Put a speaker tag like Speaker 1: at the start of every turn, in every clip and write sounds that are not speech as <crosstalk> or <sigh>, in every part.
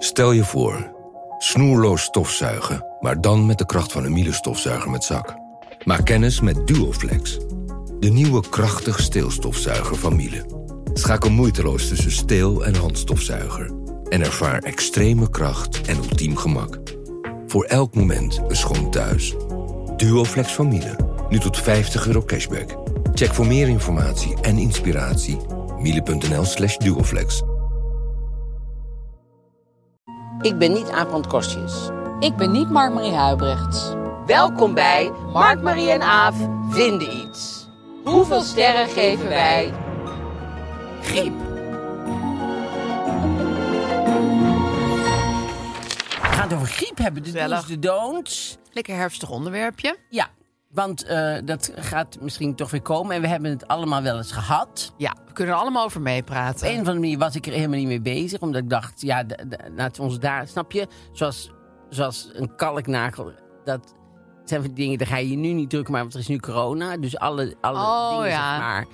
Speaker 1: Stel je voor, snoerloos stofzuigen, maar dan met de kracht van een Miele stofzuiger met zak. Maak kennis met Duoflex, de nieuwe krachtig steelstofzuiger van Miele. Schakel moeiteloos tussen steel- en handstofzuiger en ervaar extreme kracht en ultiem gemak. Voor elk moment een schoon thuis. Duoflex van Miele, nu tot 50 euro cashback. Check voor meer informatie en inspiratie miele.nl slash duoflex.
Speaker 2: Ik ben niet Aaf Kostjes.
Speaker 3: Ik ben niet Mark-Marie Huibrechts.
Speaker 2: Welkom bij Mark, Marie en Aaf vinden iets. Hoeveel sterren geven wij? Griep.
Speaker 4: We gaan het over griep hebben, de do's, de don'ts.
Speaker 5: Lekker herfstig onderwerpje.
Speaker 4: Ja, want eh, dat gaat misschien toch weer komen. En we hebben het allemaal wel eens gehad.
Speaker 5: Ja, we kunnen er allemaal over
Speaker 4: Op een
Speaker 5: meepraten.
Speaker 4: of andere manier was ik er helemaal niet mee bezig. Omdat ik dacht, ja, d- d- laten we ons daar... Snap je? Zoals, zoals een kalknagel. Dat zijn van die dingen, daar ga je je nu niet drukken. Maar want er is nu corona. Dus alle, alle
Speaker 5: Oh,
Speaker 4: dingen,
Speaker 5: ja.
Speaker 4: zeg maar.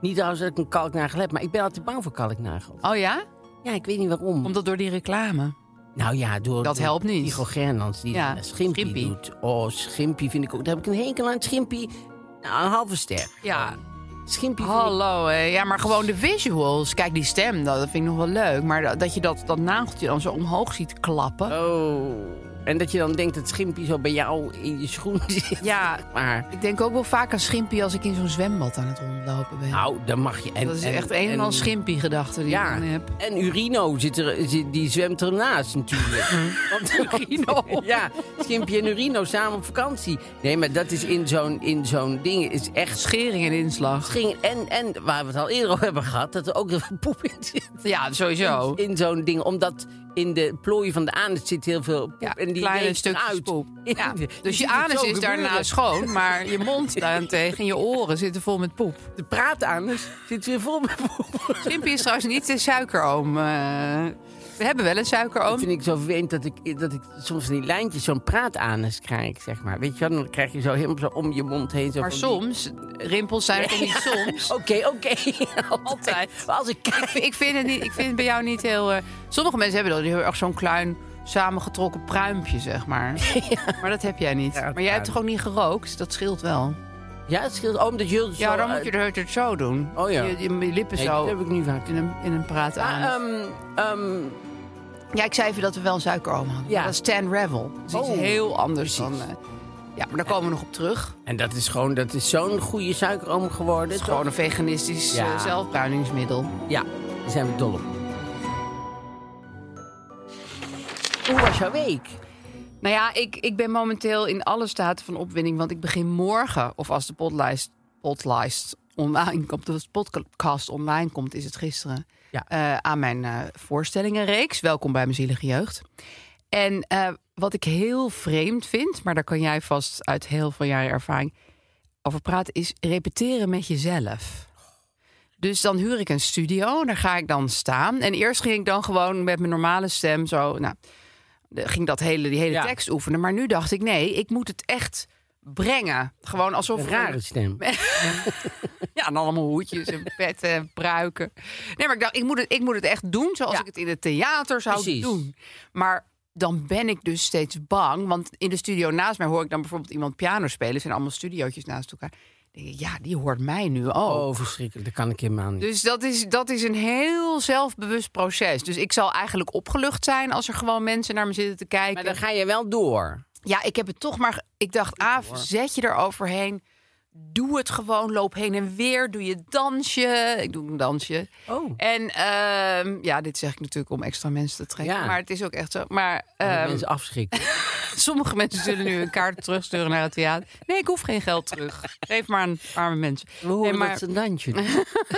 Speaker 4: Niet trouwens dat ik een kalknagel heb. Maar ik ben altijd bang voor kalknagels.
Speaker 5: Oh ja?
Speaker 4: Ja, ik weet niet waarom.
Speaker 5: Omdat door die reclame.
Speaker 4: Nou ja, door...
Speaker 5: Dat
Speaker 4: door
Speaker 5: helpt niet.
Speaker 4: Igor Gernands, die
Speaker 5: Ja,
Speaker 4: eh, Schimpie,
Speaker 5: Schimpie.
Speaker 4: doet. Oh, Schimpie vind ik ook... Daar heb ik een hekel aan. Schimpie, nou, een halve ster.
Speaker 5: Ja.
Speaker 4: Schimpie vind ik-
Speaker 5: Hallo, hè. ja, maar gewoon de visuals. Kijk, die stem, dat dat vind ik nog wel leuk. Maar dat- dat je dat, dat nageltje dan zo omhoog ziet klappen.
Speaker 4: Oh. En dat je dan denkt dat Schimpie zo bij jou in je schoen <laughs> zit.
Speaker 5: Ja.
Speaker 4: Maar,
Speaker 5: Ik denk ook wel vaak aan schimpie als ik in zo'n zwembad aan het rondlopen ben.
Speaker 4: nou, dan mag je. En,
Speaker 5: dat is
Speaker 4: en-
Speaker 5: echt een en al schimpie-gedachte die
Speaker 4: Ja.
Speaker 5: ik dan heb.
Speaker 4: En Urino zit er, zit- die zwemt ernaast
Speaker 5: <laughs>
Speaker 4: natuurlijk. Want Urino. <laughs> Ja, Schimpie en Urino samen op vakantie. Nee, maar dat is in zo'n, in zo'n ding. Is echt
Speaker 5: Schering en inslag.
Speaker 4: sching. En, en waar we het al eerder over hebben gehad, dat er ook heel veel poep in zit.
Speaker 5: Ja, sowieso.
Speaker 4: In zo'n ding. Omdat in de plooien van de anus zit heel veel poep.
Speaker 5: Ja,
Speaker 4: en die
Speaker 5: kleine
Speaker 4: leekt
Speaker 5: stukjes
Speaker 4: eruit.
Speaker 5: poep. <laughs>
Speaker 4: <laughs>
Speaker 5: Ja.
Speaker 4: Je
Speaker 5: Dus je
Speaker 4: ziet het zo
Speaker 5: anus is daarna
Speaker 4: gebeuren.
Speaker 5: schoon, maar je mond <laughs> daarentegen en je oren zitten vol met poep.
Speaker 4: De praatanus dus zit weer vol met poep.
Speaker 5: Schimpie is trouwens niet de suikeroom. eh. we hebben wel een
Speaker 4: Dat
Speaker 5: suikeroom.
Speaker 4: vind ik zo vervelend dat ik, dat ik soms van die lijntjes zo'n praatanus krijg, zeg maar. Weet je wel, dan krijg je zo helemaal zo om je mond heen. Zo
Speaker 5: Maar
Speaker 4: van
Speaker 5: soms, rimpels zijn er toch niet soms.
Speaker 4: <laughs> die- Oké, oké. Altijd.
Speaker 5: Altijd.
Speaker 4: Maar als Oh, ik kijk... <laughs>
Speaker 5: Ik vind, het niet, ik vind het bij jou niet heel... eh, sommige mensen hebben dat heel erg zo'n klein samengetrokken pruimpje, zeg maar. Maar dat heb jij niet.
Speaker 4: <laughs> Ja, het
Speaker 5: maar jij hebt
Speaker 4: pruim.
Speaker 5: toch ook niet gerookt? Dus Dat scheelt wel.
Speaker 4: Ja, het scheelt. Oh, omdat jullie
Speaker 5: Ja,
Speaker 4: zo,
Speaker 5: dan moet
Speaker 4: eh,
Speaker 5: je de hele tijd zo doen.
Speaker 4: Oh ja.
Speaker 5: Je, je- je lippen
Speaker 4: nee,
Speaker 5: zo
Speaker 4: dat heb ik nu vaak.
Speaker 5: in een, in een praat aan.
Speaker 4: Maar, ehm, ehm,
Speaker 5: ja, ik zei even dat we wel een suikeroom hadden.
Speaker 4: Ja.
Speaker 5: Dat is Stan Revel. Dat is iets
Speaker 4: Oh,
Speaker 5: heel anders
Speaker 4: precies.
Speaker 5: dan... eh, ja, maar daar komen we nog op terug.
Speaker 4: en dat is gewoon, dat is zo'n goede suikeroom geworden.
Speaker 5: Het is gewoon een veganistisch
Speaker 4: Ja.
Speaker 5: eh, zelfbruiningsmiddel.
Speaker 4: toch? Ja, daar zijn we dol op. Hoe was jouw week?
Speaker 5: Nou ja, ik, ik ben momenteel in alle staten van opwinding. Want ik begin morgen, of als de potlijst, potlijst online komt, of als de podcast online komt, is het gisteren.
Speaker 4: Ja.
Speaker 5: eh, aan mijn eh, voorstellingenreeks. Welkom bij mijn zielige jeugd. En eh, wat ik heel vreemd vind, maar daar kan jij vast uit heel veel jaren ervaring over praten, is repeteren met jezelf. Dus dan huur ik een studio, daar ga ik dan staan. En eerst ging ik dan gewoon met mijn normale stem zo, nou, de- ging dat hele, die hele
Speaker 4: Ja.
Speaker 5: tekst oefenen. Maar nu dacht ik, nee, ik moet het echt brengen. Gewoon alsof...
Speaker 4: Een rare
Speaker 5: <laughs>
Speaker 4: stem.
Speaker 5: Ja, en allemaal hoedjes en petten en pruiken. Nee, maar ik dacht, ik moet het, ik moet het echt doen zoals
Speaker 4: Ja.
Speaker 5: ik het in het theater zou
Speaker 4: Precies.
Speaker 5: doen. Maar dan ben ik dus steeds bang. Want in de studio naast mij hoor ik dan bijvoorbeeld iemand piano spelen. Er zijn allemaal studiootjes naast elkaar. Dan denk ik, ja, die hoort mij nu ook.
Speaker 4: Oh, verschrikkelijk. Dat kan ik helemaal niet.
Speaker 5: Dus dat is, dat is een heel zelfbewust proces. Dus ik zal eigenlijk opgelucht zijn als er gewoon mensen naar me zitten te kijken.
Speaker 4: Maar dan ga je wel door.
Speaker 5: Ja, ik heb het toch maar. Ik dacht, Aaf, zet je er overheen. Doe het gewoon, loop heen en weer, doe je dansje. Ik doe een dansje.
Speaker 4: Oh.
Speaker 5: En ehm, ja, dit zeg ik natuurlijk om extra mensen te trekken.
Speaker 4: Ja.
Speaker 5: Maar het is ook echt zo. Maar
Speaker 4: Dat
Speaker 5: ehm,
Speaker 4: mensen afschrikken.
Speaker 5: sommige mensen zullen nu een kaart terugsturen naar het theater. Nee, ik hoef geen geld terug. Geef maar aan arme mensen.
Speaker 4: We horen
Speaker 5: nee, maar
Speaker 4: dat ze een dansje doen.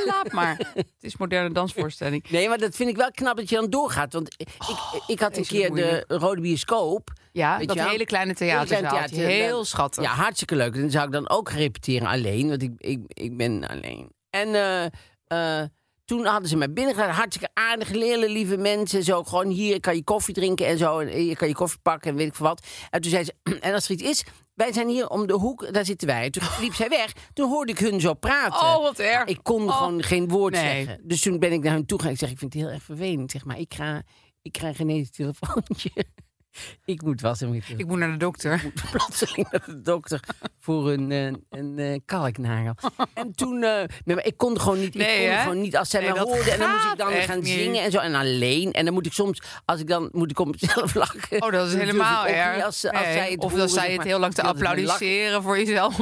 Speaker 5: laat maar. Het is moderne dansvoorstelling.
Speaker 4: <laughs> Nee, maar dat vind ik wel knap dat je dan doorgaat. Want ik, ik, ik had een
Speaker 5: deze
Speaker 4: keer de
Speaker 5: moeilijk.
Speaker 4: Rode Bioscoop.
Speaker 5: Ja,
Speaker 4: Weet
Speaker 5: dat
Speaker 4: je wel?
Speaker 5: hele kleine
Speaker 4: Heel
Speaker 5: theaterzaal.
Speaker 4: klein theater.
Speaker 5: Heel
Speaker 4: Dat-
Speaker 5: schattig.
Speaker 4: Ja, hartstikke leuk. Dan zou ik dan ook gaan repeteren alleen, want ik, ik, ik ben alleen. En eh, eh, toen hadden ze mij binnengegaan. Hartstikke aardig, leerle, lieve mensen. Zo gewoon hier kan je koffie drinken en zo. En hier kan je koffie pakken en weet ik veel wat. En toen zei ze, <clears throat> en als er iets is, wij zijn hier om de hoek, daar zitten wij.
Speaker 5: <laughs>
Speaker 4: Toen liep zij weg. Toen hoorde ik hun zo praten.
Speaker 5: Oh, wat erg.
Speaker 4: Ik kon
Speaker 5: Oh.
Speaker 4: gewoon geen woord
Speaker 5: Nee.
Speaker 4: zeggen. Dus toen ben ik naar hun toe gegaan. Ik zeg, ik vind het heel erg vervelend. Zeg maar, ik, ga, ik krijg ineens een telefoontje. ik moet was en moet
Speaker 5: Ik moet naar de
Speaker 4: <laughs>
Speaker 5: dokter. Oh,
Speaker 4: plotseling naar de dokter voor een, eh, een eh,
Speaker 5: <laughs>
Speaker 4: kalknagel. En toen, eh, nee, maar ik kon gewoon niet,
Speaker 5: Nee,
Speaker 4: ik kon
Speaker 5: hè?
Speaker 4: gewoon niet als zij
Speaker 5: Nee,
Speaker 4: mij
Speaker 5: dat
Speaker 4: hoorde. En dan moest ik
Speaker 5: gaat
Speaker 4: dan
Speaker 5: echt
Speaker 4: gaan
Speaker 5: niet.
Speaker 4: zingen en zo. En alleen. En dan moet ik soms, als ik dan, moet ik om mezelf <laughs> lachen.
Speaker 5: Oh, dat is
Speaker 4: Dus
Speaker 5: helemaal
Speaker 4: ik ook niet
Speaker 5: erg.
Speaker 4: Als, ze- als
Speaker 5: Nee.
Speaker 4: zij het
Speaker 5: of
Speaker 4: horen,
Speaker 5: dat zij
Speaker 4: zeg
Speaker 5: het
Speaker 4: maar,
Speaker 5: heel lang te
Speaker 4: dat ik me lach-
Speaker 5: applaudisseren voor
Speaker 4: <laughs>
Speaker 5: jezelf.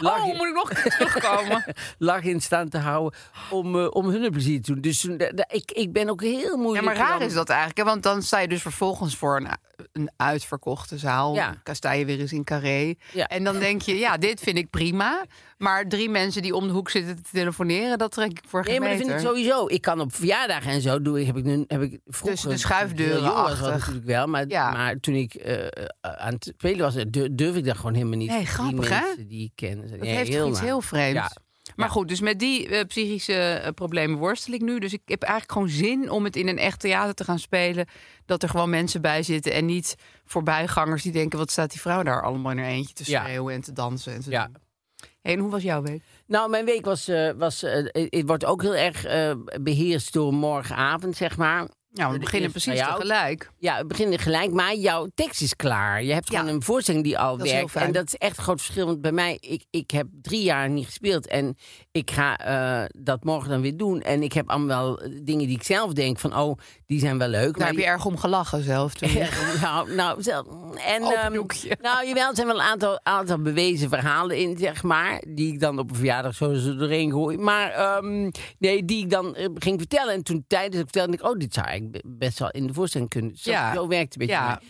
Speaker 4: lach-
Speaker 5: Oh, moet ik nog een keer
Speaker 4: <laughs>
Speaker 5: terugkomen?
Speaker 4: lach in staan te houden om, eh, om hun plezier te doen. Dus toen, da- da- ik, ik ben ook heel
Speaker 5: Ja,
Speaker 4: moeilijk.
Speaker 5: maar raar
Speaker 4: dan-
Speaker 5: is dat eigenlijk. Hè? Want dan sta je dus vervolgens voor een, een uitverkochte zaal.
Speaker 4: Ja.
Speaker 5: Dan sta je weer eens in carré.
Speaker 4: Ja.
Speaker 5: En dan denk je, ja, dit vind ik prima. Maar drie mensen die om de hoek zitten te telefoneren, dat trek ik voor geen
Speaker 4: Nee, maar dat vind
Speaker 5: meter.
Speaker 4: ik sowieso. Ik kan op verjaardagen en zo doen. Heb ik nu, heb ik vroeger,
Speaker 5: Tussen Dus de
Speaker 4: toen ik heel
Speaker 5: schuifdeuren
Speaker 4: jong was, was
Speaker 5: achtig.
Speaker 4: dat natuurlijk wel. Maar,
Speaker 5: Ja.
Speaker 4: maar toen ik eh, eh, aan het spelen was, du- durf ik dat gewoon helemaal niet.
Speaker 5: Nee,
Speaker 4: Die
Speaker 5: grappig, hè?
Speaker 4: mensen die ik ken.
Speaker 5: Dat heeft toch iets
Speaker 4: naar.
Speaker 5: heel vreemds.
Speaker 4: Ja.
Speaker 5: Maar goed, dus met die eh, psychische eh, problemen worstel ik nu. Dus ik heb eigenlijk gewoon zin om het in een echt theater te gaan spelen. Dat er gewoon mensen bij zitten en niet voorbijgangers die denken... wat staat die vrouw daar allemaal in haar eentje te
Speaker 4: Ja.
Speaker 5: schreeuwen en te dansen en te
Speaker 4: Ja.
Speaker 5: doen. Hey, en hoe was jouw week?
Speaker 4: Nou, mijn week was, eh, was eh, het wordt ook heel erg eh, beheerst door morgenavond, zeg maar.
Speaker 5: Nou, we
Speaker 4: De
Speaker 5: beginnen
Speaker 4: eerste
Speaker 5: precies
Speaker 4: bij jou.
Speaker 5: tegelijk.
Speaker 4: Ja, we beginnen gelijk, maar jouw tekst is klaar. Je hebt
Speaker 5: Ja.
Speaker 4: gewoon een voorstelling die al
Speaker 5: Dat is heel
Speaker 4: werkt.
Speaker 5: fijn.
Speaker 4: En dat is echt een groot verschil. Want bij mij, ik, ik heb drie jaar niet gespeeld. En ik ga eh, dat morgen dan weer doen. En ik heb allemaal wel eh, dingen die ik zelf denk van, oh, die zijn wel leuk.
Speaker 5: Daar heb je
Speaker 4: die-
Speaker 5: erg om gelachen
Speaker 4: <laughs>
Speaker 5: zelf. Toen. <laughs>
Speaker 4: nou, nou, zelf- en,
Speaker 5: Open
Speaker 4: ehm,
Speaker 5: doekje.
Speaker 4: nou, jawel, er zijn wel een aantal, aantal bewezen verhalen in, zeg maar. Die ik dan op een verjaardag zo eens er doorheen gooi. Maar ehm, nee, die ik dan eh, ging vertellen. En toen tijdens het vertellen, dacht ik, oh, dit zou eigenlijk be- best wel in de voorstelling kunnen. Zo,
Speaker 5: Ja.
Speaker 4: zo werkt het een beetje.
Speaker 5: Ja.
Speaker 4: bij mij.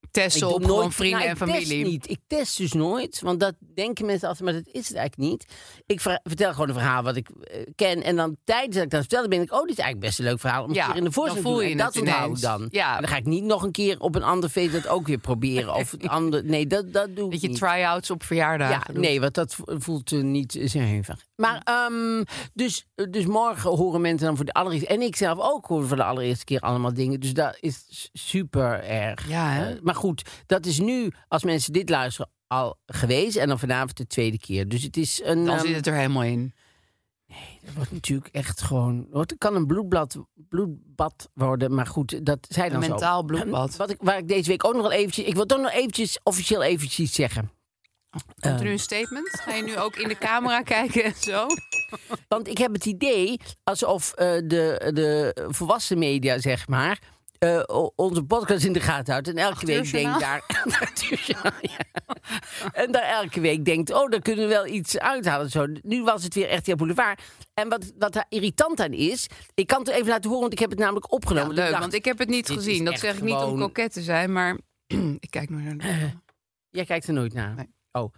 Speaker 4: Ik
Speaker 5: Testen
Speaker 4: doe
Speaker 5: op gewoon
Speaker 4: nooit-
Speaker 5: vrienden
Speaker 4: nou,
Speaker 5: en
Speaker 4: Ik test
Speaker 5: familie.
Speaker 4: niet. Ik test dus nooit, want dat denken mensen altijd, maar dat is het eigenlijk niet. Ik ver- vertel gewoon een verhaal wat ik eh, ken en dan tijdens dat ik dat vertelde, ben ik, oh, dit is eigenlijk best een leuk verhaal om
Speaker 5: Ja,
Speaker 4: een keer in de
Speaker 5: dan
Speaker 4: voorstelling te
Speaker 5: voel
Speaker 4: doen.
Speaker 5: je
Speaker 4: En
Speaker 5: het
Speaker 4: dat onthoud ik
Speaker 5: ineens.
Speaker 4: dan.
Speaker 5: Ja.
Speaker 4: En Dan ga ik niet nog een keer op een ander feest dat ook weer
Speaker 5: <laughs>
Speaker 4: proberen. Of het andere, nee, dat, dat doe ik
Speaker 5: Dat je
Speaker 4: niet.
Speaker 5: try-outs op verjaardagen
Speaker 4: Ja,
Speaker 5: doet.
Speaker 4: nee, want dat vo- voelt eh, niet eh, zuiver. Maar ehm, dus, dus morgen horen mensen dan voor de allereerste... En ik zelf ook hoor voor de allereerste keer allemaal dingen. Dus dat is s- super erg.
Speaker 5: Ja, hè?
Speaker 4: Eh, maar goed, dat is nu, als mensen dit luisteren, al geweest. En dan vanavond de tweede keer. Dus het is een...
Speaker 5: Dan
Speaker 4: ehm,
Speaker 5: zit het er helemaal in.
Speaker 4: het wordt natuurlijk echt gewoon... wordt- Het kan een bloedblad, bloedbad worden. Maar goed, dat zijn dan
Speaker 5: Een
Speaker 4: zo.
Speaker 5: mentaal bloedbad.
Speaker 4: Wat ik, waar ik deze week ook nog wel eventjes... Ik wil toch nog eventjes officieel eventjes iets zeggen.
Speaker 5: Komt er nu een statement? Ga je nu ook in de camera <laughs> kijken en zo?
Speaker 4: Want ik heb het idee alsof eh, de, de volwassen media, zeg maar, eh, o- onze podcast in de gaten houdt. En elke week denkt
Speaker 5: Journaal.
Speaker 4: daar. <laughs> Journaal, ja. En daar elke week denkt, oh, daar kunnen we wel iets uithalen. Zo, nu was het weer echt heel boulevard. En wat, wat daar irritant aan is, ik kan het even laten horen, want ik heb het namelijk opgenomen.
Speaker 5: leuk,
Speaker 4: dacht-
Speaker 5: want ik heb het niet
Speaker 4: dit is
Speaker 5: gezien. Dat
Speaker 4: echt
Speaker 5: zeg ik niet om
Speaker 4: gewoon- Eh.
Speaker 5: koket te zijn, maar <clears throat> ik kijk nog naar de...
Speaker 4: Jij kijkt er nooit naar.
Speaker 5: Nee.
Speaker 4: Oh.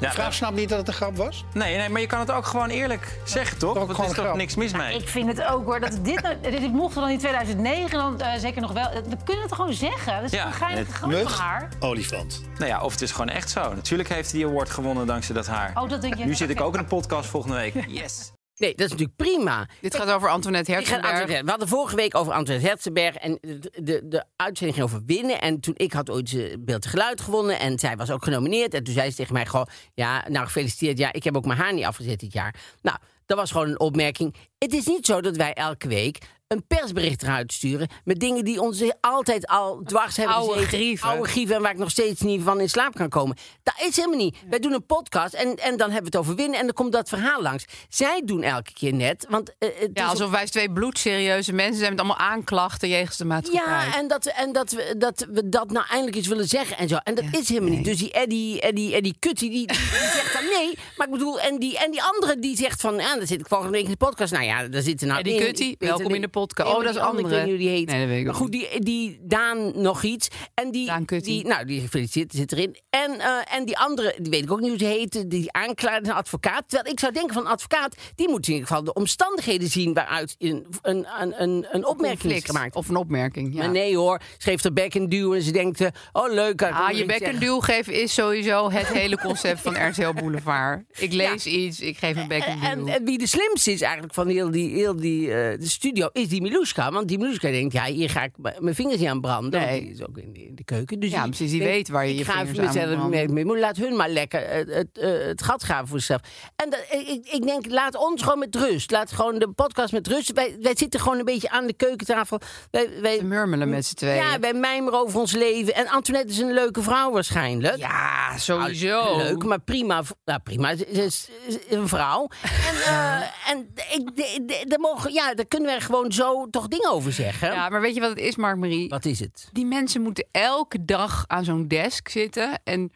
Speaker 6: De vraag snapt niet dat het een grap was.
Speaker 7: Nee, nee, maar je kan het ook gewoon eerlijk zeggen, toch?
Speaker 6: Ook
Speaker 7: Want Er
Speaker 6: gewoon
Speaker 7: is toch
Speaker 6: grap.
Speaker 7: niks mis mee?
Speaker 8: Ik vind het ook hoor. Dat dit, nou- dit, dit mochten we dan in 2009 dan eh, zeker nog wel. We kunnen het gewoon zeggen. Dat is
Speaker 7: Ja,
Speaker 8: een geinige
Speaker 7: het
Speaker 8: grap van
Speaker 6: Lucht,
Speaker 8: haar.
Speaker 6: olifant.
Speaker 7: Nou ja, of het is gewoon echt zo. Natuurlijk heeft hij die award gewonnen dankzij dat haar.
Speaker 8: Oh, dat denk je.
Speaker 7: Nu zit ik ook in een podcast volgende week. Yes.
Speaker 4: Nee, dat is natuurlijk prima.
Speaker 5: Dit gaat over Antoinette
Speaker 4: Ik ga naar
Speaker 5: Herzenberg.
Speaker 4: Antwerpen. We hadden vorige week over Antwerpen Herzenberg en de, de, de uitzending ging over winnen. En toen ik had ooit eh, beeld en geluid gewonnen en zij was ook genomineerd. En toen zei ze tegen mij gewoon, ja, nou gefeliciteerd. Ja, ik heb ook mijn haar niet afgezet dit jaar. Nou, dat was gewoon een opmerking. Het is niet zo dat wij elke week een een persbericht eruit sturen. Met dingen die ons altijd al dwars hebben
Speaker 5: Oude
Speaker 4: gezeten.
Speaker 5: grieven.
Speaker 4: Oude grieven en waar ik nog steeds niet van in slaap kan komen. Dat is helemaal niet. Wij doen een podcast en, en dan hebben we het over winnen. En dan komt dat verhaal langs. Zij doen elke keer net. Want, eh, het
Speaker 5: Ja,
Speaker 4: is
Speaker 5: alsof wij eens twee bloedserieuze mensen zijn met allemaal aanklachten jegens de maatschappij.
Speaker 4: Ja, en, dat, we- en dat, we, dat we dat nou eindelijk eens willen zeggen en zo. En dat is helemaal niet. Dus die Eddie, Eddie, Eddie Kutty, die, die zegt dan nee. Maar ik bedoel, en die, en die andere die zegt van... Ja, daar zit ik volgende week in de podcast. Nou ja, daar zitten nou
Speaker 5: Eddie
Speaker 4: in.
Speaker 5: Kutty,
Speaker 4: Ik weet
Speaker 5: welkom
Speaker 4: alleen-
Speaker 5: in de podcast.
Speaker 4: Nee,
Speaker 5: Oh,
Speaker 4: maar
Speaker 5: dat is
Speaker 4: die andere,
Speaker 5: andere.
Speaker 4: Ik weet niet hoe die heet.
Speaker 5: Nee, dat weet ik
Speaker 4: maar
Speaker 5: ook
Speaker 4: goed, die, die Daan nog iets. En die,
Speaker 5: Daan Kutty.
Speaker 4: die, nou, die gefeliciteerd, die zit erin. En, eh, en die andere, die weet ik ook niet hoe ze heet, die aanklaagde een advocaat. Terwijl ik zou denken van een advocaat, die moet in ieder geval de omstandigheden zien waaruit een, een, een, een, een opmerking is
Speaker 5: Conflict.
Speaker 4: gemaakt.
Speaker 5: Of een opmerking. Ja.
Speaker 4: Maar nee hoor, ze geeft haar bek een duw en ze denkt, eh, oh leuk. hij kon
Speaker 5: Ah, je
Speaker 4: niks
Speaker 5: bek een
Speaker 4: zeggen.
Speaker 5: duw geven is sowieso het hele concept
Speaker 4: <laughs>
Speaker 5: van RTL Boulevard. Ik lees iets, ik geef een bek een duw.
Speaker 4: En, en wie de slimste is eigenlijk van heel die, heel die eh, de studio, is die Miluska. Want die Miluska denkt, ja, hier ga ik m- mijn vingers niet aan branden. want
Speaker 5: Nee.
Speaker 4: die is ook in de, in de keuken. Dus
Speaker 5: Ja, precies, die weet waar je
Speaker 4: ik
Speaker 5: je
Speaker 4: ga
Speaker 5: vingers
Speaker 4: even
Speaker 5: aan moet
Speaker 4: mezelf
Speaker 5: branden.
Speaker 4: mee- mee- maar Laat hun maar lekker het, het, eh, het gat graven voor zichzelf. En dat, ik- ik, ik denk, laat ons gewoon met rust. Laat gewoon de podcast met rust. Wij, wij zitten gewoon een beetje aan de keukentafel. Wij, wij,
Speaker 5: Te murmelen met z'n tweeën.
Speaker 4: Ja, wij mijmeren over ons leven. En Antoinette is een leuke vrouw waarschijnlijk.
Speaker 5: Ja,
Speaker 4: Nou,
Speaker 5: sowieso.
Speaker 4: Leuk, maar prima. v- Nou, prima. Ze ze is, ze is een <laughs> vrouw. En, eh, en ik, de- de- daar, mogen, ja, daar kunnen we gewoon zo toch dingen over zeggen.
Speaker 5: Ja, maar weet je wat het is, Mark Marie?
Speaker 4: Wat is het?
Speaker 5: Die mensen moeten elke dag aan zo'n desk zitten en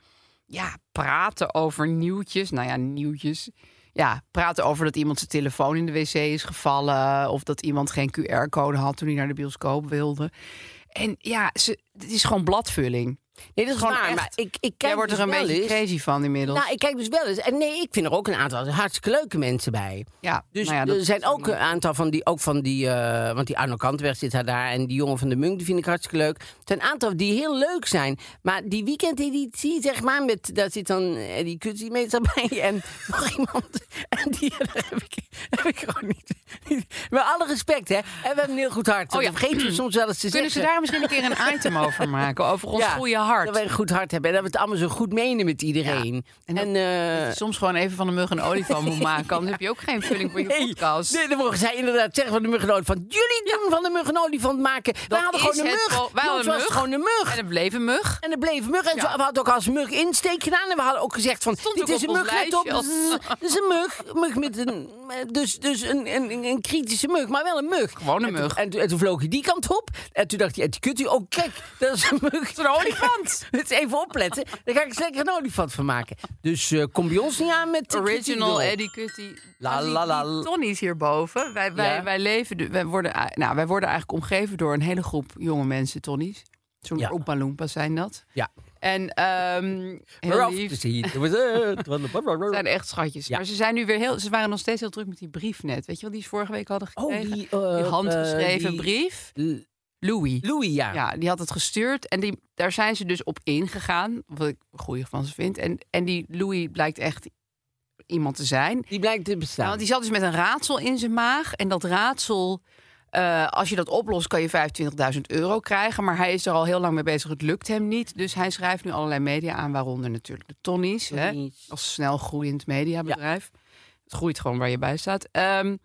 Speaker 5: ja, praten over nieuwtjes. Nou ja, nieuwtjes. Ja, praten over dat iemand zijn telefoon in de wc is gevallen of dat iemand geen QR-code had toen hij naar de bioscoop wilde. En ja, ze, het is gewoon bladvulling.
Speaker 4: Nee, dat is
Speaker 5: Gewoon
Speaker 4: waar.
Speaker 5: echt.
Speaker 4: Maar ik, ik kijk
Speaker 5: Jij wordt er
Speaker 4: dus
Speaker 5: een
Speaker 4: wel
Speaker 5: beetje
Speaker 4: eens-
Speaker 5: crazy van inmiddels.
Speaker 4: Nou, ik kijk dus wel eens. En nee, ik vind er ook een aantal hartstikke leuke mensen bij.
Speaker 5: ja,
Speaker 4: Dus
Speaker 5: nou ja, dat
Speaker 4: er zijn
Speaker 5: is dan-
Speaker 4: ook een aantal van die, ook van die eh, want die Arno Kantweg zit daar, daar en die jongen van de Munk, die vind ik hartstikke leuk. Er zijn een aantal die heel leuk zijn, maar die weekendeditie, zeg maar, met, daar zit dan eh, die Kutsie meestal bij <laughs> en nog iemand. En die <laughs> daar heb ik, heb ik gewoon niet, niet- Met alle respect, hè. En we hebben een heel goed hart.
Speaker 5: Oh ja.
Speaker 4: Dat vergeten we soms wel eens te
Speaker 5: Kunnen ze
Speaker 4: zeggen.
Speaker 5: daar misschien een keer een item over maken? Over ons
Speaker 4: Ja,
Speaker 5: goede hart.
Speaker 4: Dat we een goed hart hebben en dat we het allemaal zo goed menen met iedereen.
Speaker 5: En
Speaker 4: En,
Speaker 5: dat-
Speaker 4: eh,
Speaker 5: Dat je soms gewoon even van een mug een olifant
Speaker 4: <laughs>
Speaker 5: moet maken. Anders heb je ook geen vulling voor je
Speaker 4: Nee,
Speaker 5: podcast.
Speaker 4: Nee, dan mogen zij inderdaad zeggen van de muggenolifant. Jullie doen van de muggenolifant maken. We
Speaker 5: Dat
Speaker 4: hadden
Speaker 5: is
Speaker 4: gewoon een
Speaker 5: het
Speaker 4: mug.
Speaker 5: pro- wij
Speaker 4: Jongens,
Speaker 5: hadden een
Speaker 4: was het
Speaker 5: mug.
Speaker 4: gewoon een mug.
Speaker 5: En het bleef een mug.
Speaker 4: En er bleef een mug. En we hadden ook als mug insteek gedaan. En we hadden ook gezegd van,
Speaker 5: Stond
Speaker 4: dit
Speaker 5: ook
Speaker 4: is
Speaker 5: op
Speaker 4: een
Speaker 5: ons
Speaker 4: mug, let op.
Speaker 5: lijstje als-
Speaker 4: Dit is een mug. mug met een, dus dus een, een, een- een kritische mug, maar wel een mug.
Speaker 5: Gewoon een
Speaker 4: En toen-
Speaker 5: mug.
Speaker 4: En, toen- en toen vloog hij die kant op. En toen dacht hij, en die kunt u ook, kijk, dat is een mug. Een <laughs> olifant. Het is even opletten. Daar ga ik eens lekker een olifant van maken. Dus eh, kom bij ons niet aan met de kritiek
Speaker 5: Original
Speaker 4: erop.
Speaker 5: Eddie Cutty.
Speaker 4: La,
Speaker 5: Nou, die-
Speaker 4: la, la, la.
Speaker 5: Die Tonnies hierboven. Wij, wij,
Speaker 4: Ja.
Speaker 5: wij, leven, de- wij, worden, eh, nou, wij worden eigenlijk omgeven door een hele groep jonge mensen, Tonnies. Zo'n
Speaker 4: Ja.
Speaker 5: Oompa Loompa zijn dat.
Speaker 4: Ja.
Speaker 5: En ehm heel
Speaker 4: Ralph
Speaker 5: lief.
Speaker 4: is hier. Wat is uh, het? Wat- wat- wat-
Speaker 5: Ze
Speaker 4: wat-
Speaker 5: zijn echt schatjes.
Speaker 4: Ja.
Speaker 5: Maar ze, zijn nu weer heel, ze waren nog steeds heel druk met die brief net. Wat Weet je wel, die ze vorige week hadden
Speaker 4: Oh,
Speaker 5: gekregen?
Speaker 4: die, eh,
Speaker 5: handgeschreven
Speaker 4: eh, die-
Speaker 5: brief.
Speaker 4: L-
Speaker 5: Louis.
Speaker 4: Louis, ja.
Speaker 5: Ja, die had het gestuurd en die, daar zijn ze dus op ingegaan. Wat ik goeie van ze vind. En, en die Louis blijkt echt iemand te zijn.
Speaker 4: Die blijkt te bestaan.
Speaker 5: Nou, want die zat dus met een raadsel in zijn maag. En dat raadsel, eh, als je dat oplost, kan je 25.000 euro krijgen. Maar hij is er al heel lang mee bezig. Het lukt hem niet. Dus hij schrijft nu allerlei media aan, waaronder natuurlijk de Tonnies. Hè?
Speaker 4: Tonnies.
Speaker 5: Als snel groeiend mediabedrijf. Het groeit gewoon waar je bij staat. Ehm,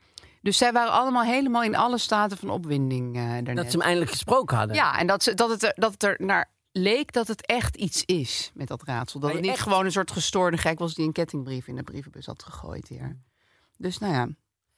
Speaker 5: dus zij waren allemaal helemaal in alle staten van opwinding eh daarnet.
Speaker 4: dat ze hem eindelijk gesproken hadden.
Speaker 5: Ja, en dat, ze, dat, het er, dat het er naar leek dat het echt iets is met dat raadsel. Dat
Speaker 4: Maar
Speaker 5: het
Speaker 4: je
Speaker 5: niet
Speaker 4: echt-
Speaker 5: gewoon een soort gestoorde gek was die een kettingbrief in de brievenbus had gegooid hier. Dus nou ja,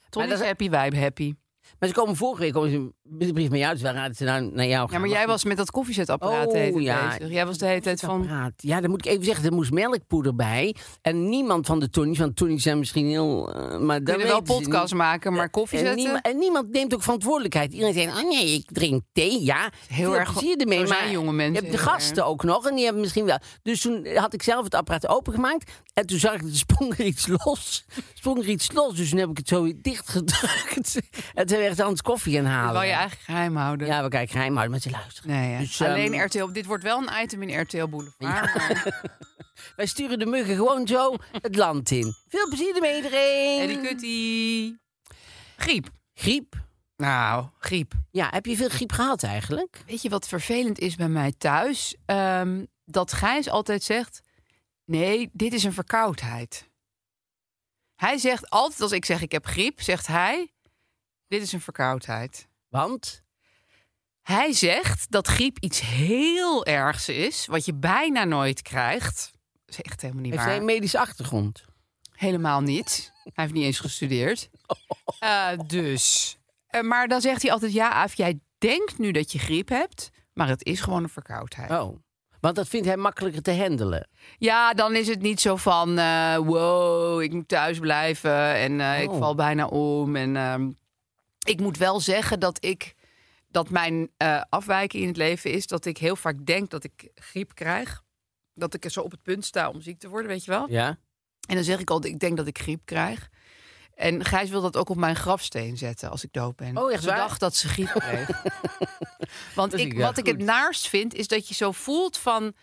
Speaker 5: Tony
Speaker 4: dat
Speaker 5: is
Speaker 4: is-
Speaker 5: happy, wij happy.
Speaker 4: Maar ze komen vorige week komen ze met een brief met jou. Dus waar ze nou naar jou
Speaker 5: Ja,
Speaker 4: gaan.
Speaker 5: maar jij was met dat koffiezetapparaat
Speaker 4: Oh,
Speaker 5: de hele tijd
Speaker 4: ja.
Speaker 5: bezig. Jij was de hele tijd van...
Speaker 4: Apparaat. Ja, dan moet ik even zeggen, er moest melkpoeder bij. En niemand van de Tonys, want Tonys zijn misschien heel... eh, maar
Speaker 5: We
Speaker 4: dan
Speaker 5: kunnen wel
Speaker 4: weten ze
Speaker 5: podcast
Speaker 4: niet.
Speaker 5: maken, maar koffie
Speaker 4: en,
Speaker 5: zetten... <laughs>
Speaker 4: niema- en niemand neemt ook verantwoordelijkheid. Iedereen zegt, oh nee, ik drink thee, ja.
Speaker 5: Heel
Speaker 4: Veel
Speaker 5: erg-
Speaker 4: plezier ermee.
Speaker 5: zo zijn
Speaker 4: maar
Speaker 5: jonge mensen
Speaker 4: Je hebt de
Speaker 5: heel erg.
Speaker 4: gasten ook nog en die hebben misschien wel... Dus toen had ik zelf het apparaat opengemaakt. En toen zag ik, er sprong er iets los. sprong er iets los, dus toen heb ik het zo weer dichtgedrukt. <laughs> en toen werd ze anders koffie gaan
Speaker 5: Dat
Speaker 4: halen.
Speaker 5: wil je eigenlijk geheim houden.
Speaker 4: Ja, we kijken geheim houden, maar ze luisteren.
Speaker 5: Nee, ja.
Speaker 4: Dus,
Speaker 5: Alleen
Speaker 4: ehm,
Speaker 5: RTL... Dit wordt wel een item in RTL Boulevard. maar-
Speaker 4: Wij sturen de muggen gewoon zo het land in. Veel plezier ermee iedereen.
Speaker 5: En die kunt die... Griep.
Speaker 4: Griep.
Speaker 5: Nou, griep.
Speaker 4: Ja, heb je veel griep gehad eigenlijk?
Speaker 5: Weet je wat vervelend is bij mij thuis? Ehm, dat Gijs altijd zegt: nee, dit is een verkoudheid. Hij zegt altijd als ik zeg ik heb griep, zegt hij: dit is een verkoudheid.
Speaker 4: Want?
Speaker 5: Hij zegt dat griep iets heel ergs is, wat je bijna nooit krijgt. Dat is echt helemaal niet
Speaker 4: Heeft
Speaker 5: waar.
Speaker 4: hij een medische achtergrond?
Speaker 5: Helemaal niet. Hij heeft niet eens gestudeerd.
Speaker 4: Oh.
Speaker 5: Eh, dus. Eh, maar dan zegt hij altijd: Ja, Aaf, jij denkt nu dat je griep hebt, maar het is gewoon een verkoudheid.
Speaker 4: Oh. Want dat vindt hij makkelijker te handelen.
Speaker 5: Ja, dan is het niet zo van: eh, Wow, ik moet thuis blijven en eh, ik
Speaker 4: Oh.
Speaker 5: val bijna om. En ehm, ik moet wel zeggen dat ik. Dat mijn eh afwijking in het leven is dat ik heel vaak denk dat ik griep krijg. Dat ik zo op het punt sta om ziek te worden, weet je wel?
Speaker 4: Ja?
Speaker 5: En dan zeg ik altijd, ik denk dat ik griep krijg. En Gijs wil dat ook op mijn grafsteen zetten als ik dood ben.
Speaker 4: Oh, echt
Speaker 5: Ze
Speaker 4: waar?
Speaker 5: dacht dat ze griep
Speaker 4: <laughs>
Speaker 5: kreeg. Want
Speaker 4: Dat is
Speaker 5: ik,
Speaker 4: niet
Speaker 5: wat
Speaker 4: erg
Speaker 5: ik het
Speaker 4: goed.
Speaker 5: naarst vind, is dat je zo voelt van...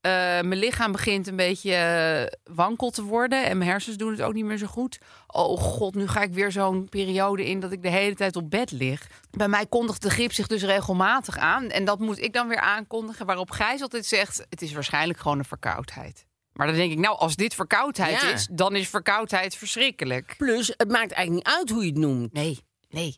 Speaker 5: eh, mijn lichaam begint een beetje eh, wankel te worden. En mijn hersens doen het ook niet meer zo goed. Oh god, nu ga ik weer zo'n periode in dat ik de hele tijd op bed lig. Bij mij kondigt de griep zich dus regelmatig aan. En dat moet ik dan weer aankondigen. Waarop Gijs altijd zegt, het is waarschijnlijk gewoon een verkoudheid. Maar dan denk ik, nou, als dit verkoudheid
Speaker 4: Ja.
Speaker 5: is, dan is verkoudheid verschrikkelijk.
Speaker 4: Plus, het maakt eigenlijk niet uit hoe je het noemt.
Speaker 5: Nee, nee,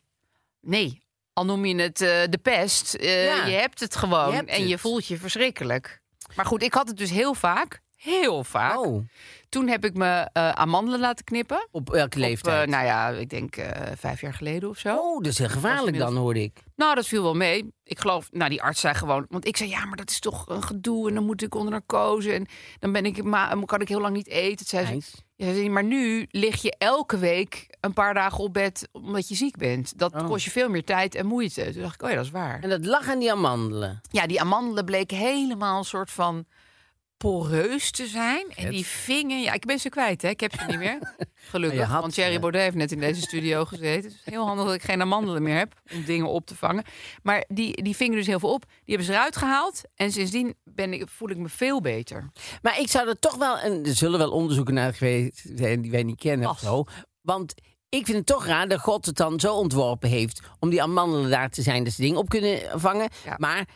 Speaker 5: nee. Al noem je het eh, de pest, eh,
Speaker 4: Ja.
Speaker 5: je hebt het gewoon
Speaker 4: Je hebt
Speaker 5: en je
Speaker 4: het.
Speaker 5: voelt je verschrikkelijk. Maar goed, ik had het dus heel vaak, heel vaak.
Speaker 4: Oh.
Speaker 5: Toen heb ik me eh, amandelen laten knippen.
Speaker 4: Op welke leeftijd?
Speaker 5: Op, eh, nou ja, ik denk eh, vijf jaar geleden of zo.
Speaker 4: Oh, dat is heel gevaarlijk dan, hoorde ik.
Speaker 5: Nou, dat viel wel mee. Ik geloof, nou, die arts zei gewoon. Want ik zei, ja, maar dat is toch een gedoe. En dan moet ik onder narcose. En dan ben ik, maar, kan ik heel lang niet eten. Het zei ze,
Speaker 4: Gijs.
Speaker 5: ja, zei ze, maar nu lig je elke week een paar dagen op bed. omdat je ziek bent.
Speaker 4: Oh.
Speaker 5: Dat kost je veel meer tijd en moeite. Toen dacht ik, oh ja, dat is waar.
Speaker 4: En dat lag aan die amandelen.
Speaker 5: Ja, die amandelen bleken helemaal een soort van poreus te zijn. En die vingen, ja, ik ben ze kwijt, hè? Ik heb ze niet
Speaker 4: <laughs>
Speaker 5: meer.
Speaker 4: Je
Speaker 5: Gelukkig,
Speaker 4: had
Speaker 5: want
Speaker 4: ze.
Speaker 5: Thierry Baudet heeft net in deze studio gezeten. Dus heel handig dat ik geen amandelen meer heb om dingen op te vangen. Maar die, die vingen dus heel veel op. Die hebben ze eruit gehaald. En sindsdien ben ik, voel ik me veel beter.
Speaker 4: Maar ik zou er toch wel... En er zullen wel onderzoeken naar geweest zijn die wij niet kennen of zo. Want ik vind het toch raar dat God het dan zo ontworpen heeft... om die amandelen daar te zijn, dat ze dingen op kunnen vangen.
Speaker 5: Ja.
Speaker 4: Maar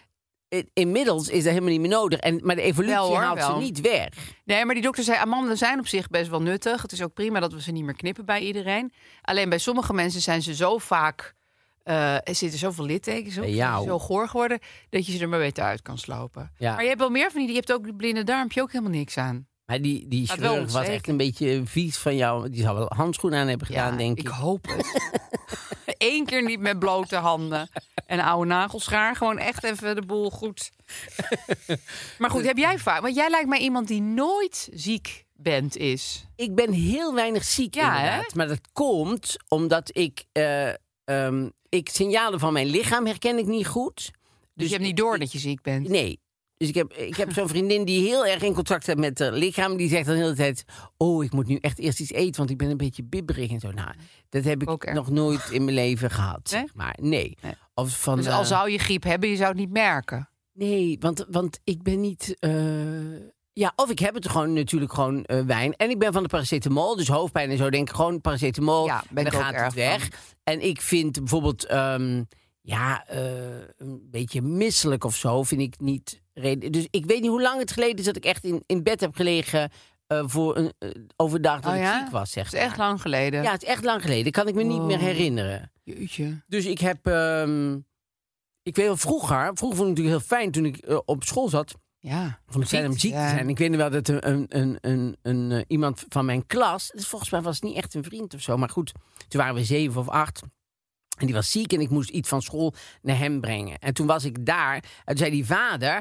Speaker 4: i- inmiddels is dat helemaal niet meer nodig. En, maar de evolutie
Speaker 5: Wel, hoor,
Speaker 4: haalt
Speaker 5: wel.
Speaker 4: ze niet weg.
Speaker 5: Nee, maar die dokter zei, amandelen zijn op zich best wel nuttig. Het is ook prima dat we ze niet meer knippen bij iedereen. Alleen bij sommige mensen zijn ze zo vaak... eh, er zitten zoveel littekens op,
Speaker 4: Bij
Speaker 5: ze zijn
Speaker 4: jou.
Speaker 5: zo goor geworden... dat je ze er maar beter uit kan slopen.
Speaker 4: Ja.
Speaker 5: Maar je hebt wel meer van die... Je hebt ook de blinde darm, heb je ook helemaal niks aan.
Speaker 4: Maar die, die
Speaker 5: Gaat wel
Speaker 4: chirurg was
Speaker 5: onzeker.
Speaker 4: echt een beetje vies van jou. Die zou wel handschoenen aan hebben gedaan, denk ik.
Speaker 5: ik hoop het. <laughs> Eén keer niet met blote handen en oude nagelschaar. Gewoon echt even de boel goed. Maar
Speaker 4: <laughs>
Speaker 5: goed, heb jij vaak... Want jij lijkt mij iemand die nooit ziek bent is.
Speaker 4: Ik ben heel weinig ziek,
Speaker 5: Ja,
Speaker 4: inderdaad.
Speaker 5: hè?
Speaker 4: Maar dat komt omdat ik, eh, ehm, ik... Signalen van mijn lichaam herken ik niet goed.
Speaker 5: Dus, je hebt niet
Speaker 4: ik-
Speaker 5: door dat je ziek bent.
Speaker 4: Nee. Dus ik heb, ik heb zo'n vriendin die heel erg in contact staat met haar lichaam. Die zegt dan de hele tijd... Oh, ik moet nu echt eerst iets eten, want ik ben een beetje bibberig en zo. Nou, dat heb ik
Speaker 5: Ook erg.
Speaker 4: nog nooit in mijn leven gehad.
Speaker 5: Nee?
Speaker 4: zeg Maar nee.
Speaker 5: Nee.
Speaker 4: Of van,
Speaker 5: Dus al
Speaker 4: eh,
Speaker 5: zou je griep hebben, je zou het niet merken.
Speaker 4: Nee, want, want ik ben niet... eh, Ja, of ik heb het gewoon natuurlijk gewoon eh, wijn. En ik ben van de paracetamol, dus hoofdpijn en zo. Denk ik gewoon paracetamol,
Speaker 5: Ja, ben
Speaker 4: dan
Speaker 5: ik ook
Speaker 4: gaat het
Speaker 5: erg
Speaker 4: weg.
Speaker 5: van.
Speaker 4: En ik vind bijvoorbeeld, ehm, ja, eh, een beetje misselijk of zo, vind ik niet reden. Dus ik weet niet hoe lang het geleden is dat ik echt in, in bed heb gelegen eh, voor een, eh, overdag dat
Speaker 5: Oh
Speaker 4: ik
Speaker 5: ja?
Speaker 4: ziek was, zeg
Speaker 5: Dat is echt
Speaker 4: maar.
Speaker 5: lang geleden.
Speaker 4: Ja, het is echt lang geleden. Kan ik me niet meer
Speaker 5: Oh.
Speaker 4: herinneren.
Speaker 5: Jeetje.
Speaker 4: Dus ik heb. ehm, ik weet wel, vroeger, vroeger vond ik het natuurlijk heel fijn toen ik eh, op school zat.
Speaker 5: Ja.
Speaker 4: Vond ik fijn om ziek te zijn. Ik weet nog wel dat een, een, een, een, een, eh, iemand van mijn klas. Dus volgens mij was het niet echt een vriend of zo. Maar goed, toen waren we zeven of acht. En die was ziek en ik moest iets van school naar hem brengen. En toen was ik daar. En toen zei die vader.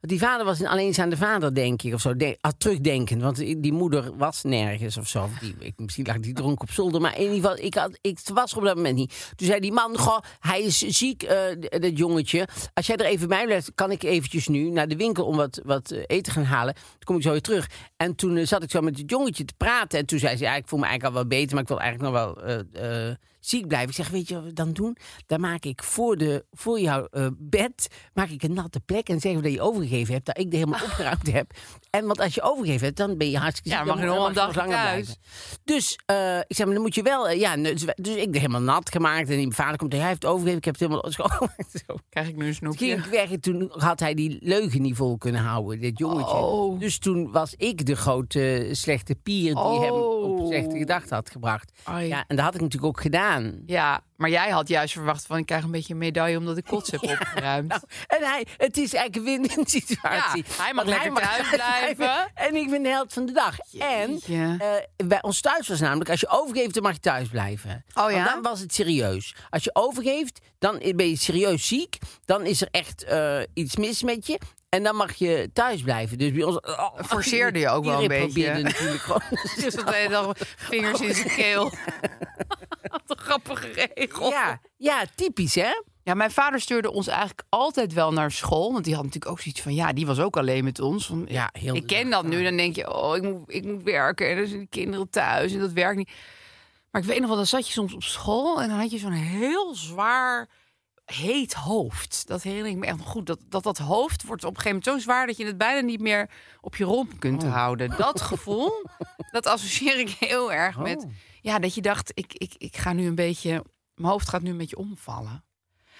Speaker 4: want Die vader was een alleenstaande vader, denk ik, of zo. De, ah, terugdenkend, want die die moeder was nergens of zo. Of Die, ik, misschien lag die dronken op zolder, maar in ieder geval, ik, had, ik was er op dat moment niet. Toen zei die man, goh, hij is ziek, eh, d- dat jongetje. Als jij er even bij blijft, kan ik eventjes nu naar de winkel om wat, wat eh, eten gaan halen. Toen kom ik zo weer terug. En toen eh, zat ik zo met het jongetje te praten. En toen zei ze, ja, ik voel me eigenlijk al wel beter, maar ik wil eigenlijk nog wel... eh, eh, ziek blijven. Ik zeg, weet je wat we dan doen? Dan maak ik voor, de, voor jouw eh, bed maak ik een natte plek en zeggen we dat je overgegeven hebt, dat ik er
Speaker 5: <laughs>
Speaker 4: helemaal opgeruimd heb. En want als je overgegeven hebt, dan ben je hartstikke
Speaker 5: Ja,
Speaker 4: ziek.
Speaker 5: mag je nog wel een
Speaker 4: nog
Speaker 5: dag thuis.
Speaker 4: blijven. Dus eh, ik zeg, maar dan moet je wel... eh, ja, dus, dus ik er helemaal nat gemaakt en die vader komt en hij heeft het overgegeven, ik heb het helemaal <laughs> schoongemaakt. Zo.
Speaker 5: Krijg ik nu een
Speaker 4: Toen ging
Speaker 5: snoepje?
Speaker 4: ik weg en toen had hij die leugen niet vol kunnen houden, dit jongetje.
Speaker 5: Oh.
Speaker 4: Dus toen was ik de grote eh, slechte pier die hem op
Speaker 5: Oh.
Speaker 4: slechte gedachten had gebracht.
Speaker 5: Ai.
Speaker 4: Ja, en dat had ik natuurlijk ook gedaan.
Speaker 5: Ja, Maar jij had juist verwacht van ik krijg een beetje een medaille omdat ik kots <laughs> heb opgeruimd.
Speaker 4: Nou, en hij, het is eigenlijk een win-win situatie.
Speaker 5: Ja, hij mag
Speaker 4: Want
Speaker 5: lekker thuis
Speaker 4: <laughs>
Speaker 5: blijven.
Speaker 4: En ik ben de held van de dag. En
Speaker 5: Jeetje.
Speaker 4: eh, bij ons thuis was namelijk, als je overgeeft, dan mag je thuis blijven.
Speaker 5: Oh ja?
Speaker 4: Want dan was het serieus. Als je overgeeft, dan ben je serieus ziek. Dan is er echt eh, iets mis met je. En dan mag je thuis blijven. Dus bij ons... oh,
Speaker 5: Forceerde je ook wel een
Speaker 4: iedereen
Speaker 5: beetje.
Speaker 4: probeerde natuurlijk
Speaker 5: <laughs>
Speaker 4: gewoon...
Speaker 5: Dus dat hij <laughs> dan vingers in zijn <laughs> keel. Wat een grappige regel.
Speaker 4: ja, ja, typisch hè?
Speaker 5: Ja, mijn vader stuurde ons eigenlijk altijd wel naar school. Want die had natuurlijk ook zoiets van, ja, die was ook alleen met ons. Van,
Speaker 4: Ja, heel
Speaker 5: ik ken dat nu, dan denk je, oh, ik moet, ik moet werken. En dan zijn de kinderen thuis en dat werkt niet. Maar ik weet nog wel, dan zat je soms op school... en dan had je zo'n heel zwaar, heet hoofd. Dat herinner ik me echt nog goed. Dat, dat dat hoofd wordt op een gegeven moment zo zwaar... dat je het bijna niet meer op je romp kunt
Speaker 4: Oh.
Speaker 5: houden. Dat
Speaker 4: <laughs>
Speaker 5: gevoel, dat associeer ik heel erg met...
Speaker 4: Oh.
Speaker 5: Ja, dat je dacht, ik, ik, ik ga nu een beetje... Mijn hoofd gaat nu een beetje omvallen.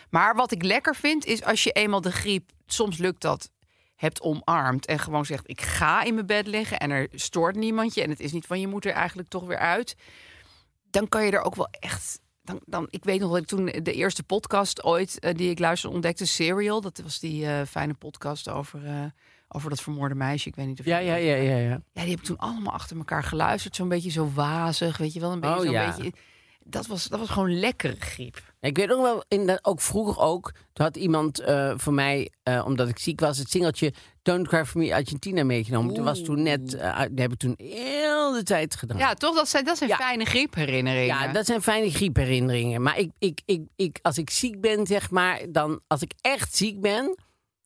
Speaker 5: Maar wat ik lekker vind is als je eenmaal de griep, soms lukt dat, hebt omarmd en gewoon zegt: ik ga in mijn bed liggen en er stoort niemand je en het is niet van je moet er eigenlijk toch weer uit. Dan kan je er ook wel echt. Dan, dan, ik weet nog dat ik toen de eerste podcast ooit eh, die ik luisterde ontdekte, Serial. Dat was die eh, fijne podcast over, eh, over dat vermoorde meisje. Ik weet niet of je
Speaker 4: Ja,
Speaker 5: dat
Speaker 4: ja, ja, ja. ja.
Speaker 5: ja, die heb ik toen allemaal achter elkaar geluisterd. Zo'n beetje zo wazig, weet je wel. Een beetje,
Speaker 4: Oh,
Speaker 5: zo'n
Speaker 4: ja.
Speaker 5: beetje dat, was, dat was gewoon lekkere griep.
Speaker 4: Ik weet ook wel, in ook vroeger ook, toen had iemand eh, voor mij, eh, omdat ik ziek was, het singeltje Don't Cry For Me Argentina meegenomen. Toen was toen net, eh, uit- die heb ik toen heel de tijd gedaan.
Speaker 5: Ja, toch? Dat zijn, dat zijn
Speaker 4: Ja.
Speaker 5: fijne griepherinneringen.
Speaker 4: Ja, dat zijn fijne griepherinneringen. Maar ik, ik, ik, ik, als ik ziek ben, zeg maar, dan als ik echt ziek ben,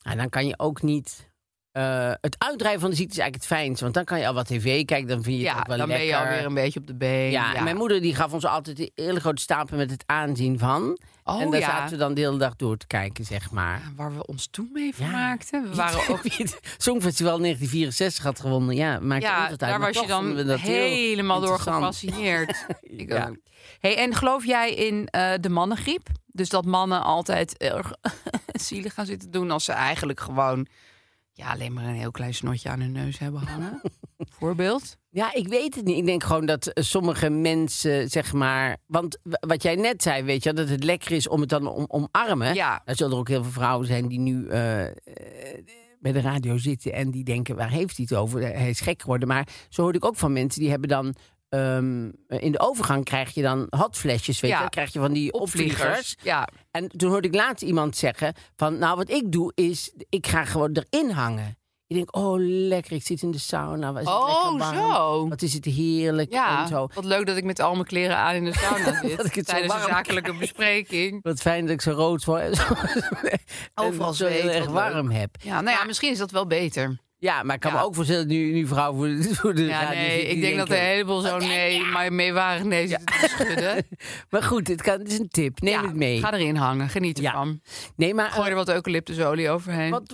Speaker 4: nou, dan kan je ook niet... eh, het uitdrijven van de ziekte is eigenlijk het fijnst. Want dan kan je al wat tv kijken, dan vind je het
Speaker 5: ja,
Speaker 4: ook wel
Speaker 5: dan
Speaker 4: lekker.
Speaker 5: ben je alweer een beetje op de been.
Speaker 4: Ja, en mijn moeder die gaf ons altijd een hele grote stapel met het aanzien van.
Speaker 5: Oh,
Speaker 4: en daar
Speaker 5: ja.
Speaker 4: zaten we dan de hele dag door te kijken, zeg maar.
Speaker 5: Waar we ons toen mee vermaakten.
Speaker 4: <laughs>
Speaker 5: We waren ook...
Speaker 4: Wie het Songfestival 1964 had gewonnen. Ja, maakt
Speaker 5: Ja,
Speaker 4: ons dat uit.
Speaker 5: daar
Speaker 4: maar
Speaker 5: was je
Speaker 4: toch vonden we
Speaker 5: dan
Speaker 4: dat heel
Speaker 5: helemaal door
Speaker 4: interessant. <laughs>
Speaker 5: gefascineerd. Ik
Speaker 4: Ja.
Speaker 5: ook. Hey, en geloof jij in eh, de mannengriep? Dus dat mannen altijd erg <laughs> zielig gaan zitten doen als ze eigenlijk gewoon ja, alleen maar een heel klein snotje aan hun neus hebben
Speaker 4: <laughs>
Speaker 5: hangen? Voorbeeld?
Speaker 4: Ja, ik weet het niet. Ik denk gewoon dat eh, sommige mensen, zeg maar... Want w- wat jij net zei, weet je, wel, dat het lekker is om het dan om, omarmen.
Speaker 5: Ja.
Speaker 4: Er zullen er ook heel veel vrouwen zijn die nu eh, eh, bij de radio zitten... en die denken, waar heeft hij het over? Eh, Hij is gek geworden. Maar zo hoorde ik ook van mensen, die hebben dan... ehm, in de overgang krijg je dan hotflesjes, weet je.
Speaker 5: Ja.
Speaker 4: Dan krijg je van die opvliegers.
Speaker 5: Ja.
Speaker 4: En toen hoorde ik laatst iemand zeggen van, nou wat ik doe is, ik ga gewoon erin hangen. Ik denk, oh lekker, ik zit in de sauna. Wat is het
Speaker 5: Oh,
Speaker 4: lekker warm.
Speaker 5: zo.
Speaker 4: Wat is het heerlijk en
Speaker 5: Ja,
Speaker 4: zo.
Speaker 5: wat leuk dat ik met al mijn kleren aan in de
Speaker 4: <laughs>
Speaker 5: sauna zit
Speaker 4: Dat ik het zo
Speaker 5: tijdens een
Speaker 4: warm
Speaker 5: zakelijke
Speaker 4: krijg.
Speaker 5: bespreking.
Speaker 4: Wat fijn dat ik zo rood word. <laughs> en zo-
Speaker 5: Overal
Speaker 4: en zo heel
Speaker 5: zweet,
Speaker 4: erg
Speaker 5: wat
Speaker 4: warm heb.
Speaker 5: Ja, nou ja, misschien is dat wel beter.
Speaker 4: Ja, maar ik kan
Speaker 5: Ja.
Speaker 4: me ook voorstellen, nu, nu vrouw voor de, voor de
Speaker 5: Ja,
Speaker 4: radio
Speaker 5: nee,
Speaker 4: zit, die
Speaker 5: ik denk dat de
Speaker 4: denken-
Speaker 5: heleboel zo nee, maar meewarig nee zit te
Speaker 4: <laughs>
Speaker 5: schudden.
Speaker 4: Maar goed, het, kan, het is een tip. Neem
Speaker 5: Ja,
Speaker 4: het mee.
Speaker 5: Ga erin hangen, geniet
Speaker 4: Ja.
Speaker 5: ervan.
Speaker 4: Nee, maar... eh,
Speaker 5: Gooi er wat eucalyptusolie overheen.
Speaker 4: wat, <laughs>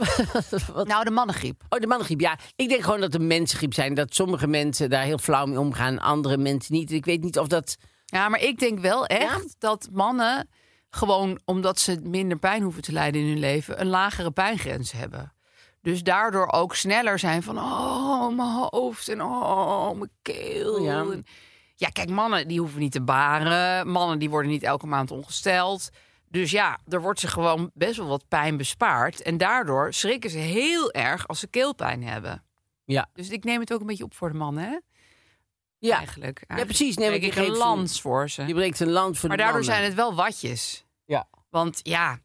Speaker 4: wat,
Speaker 5: Nou, de mannengriep.
Speaker 4: Oh, de mannengriep. Ja, ik denk gewoon dat de mensengriep zijn. Dat sommige mensen daar heel flauw mee omgaan, andere mensen niet. Ik weet niet of dat.
Speaker 5: Ja, maar ik denk wel echt dat mannen gewoon omdat ze minder pijn hoeven te lijden in hun leven, een lagere pijngrens hebben. Dus daardoor ook sneller zijn van oh, mijn hoofd en oh, mijn keel.
Speaker 4: Ja.
Speaker 5: En- ja, kijk, mannen die hoeven niet te baren. Mannen die worden niet elke maand ongesteld. Dus ja, er wordt ze gewoon best wel wat pijn bespaard. En daardoor schrikken ze heel erg als ze keelpijn hebben.
Speaker 4: Ja.
Speaker 5: Dus ik neem het ook een beetje op voor de mannen, hè?
Speaker 4: Ja,
Speaker 5: Eigenlijk.
Speaker 4: precies. Nee, want
Speaker 5: ik
Speaker 4: je
Speaker 5: een
Speaker 4: geeft ze-
Speaker 5: lans voor ze.
Speaker 4: je breekt een land voor
Speaker 5: Maar
Speaker 4: de
Speaker 5: daardoor
Speaker 4: mannen.
Speaker 5: zijn het wel watjes.
Speaker 4: Ja.
Speaker 5: Want ja,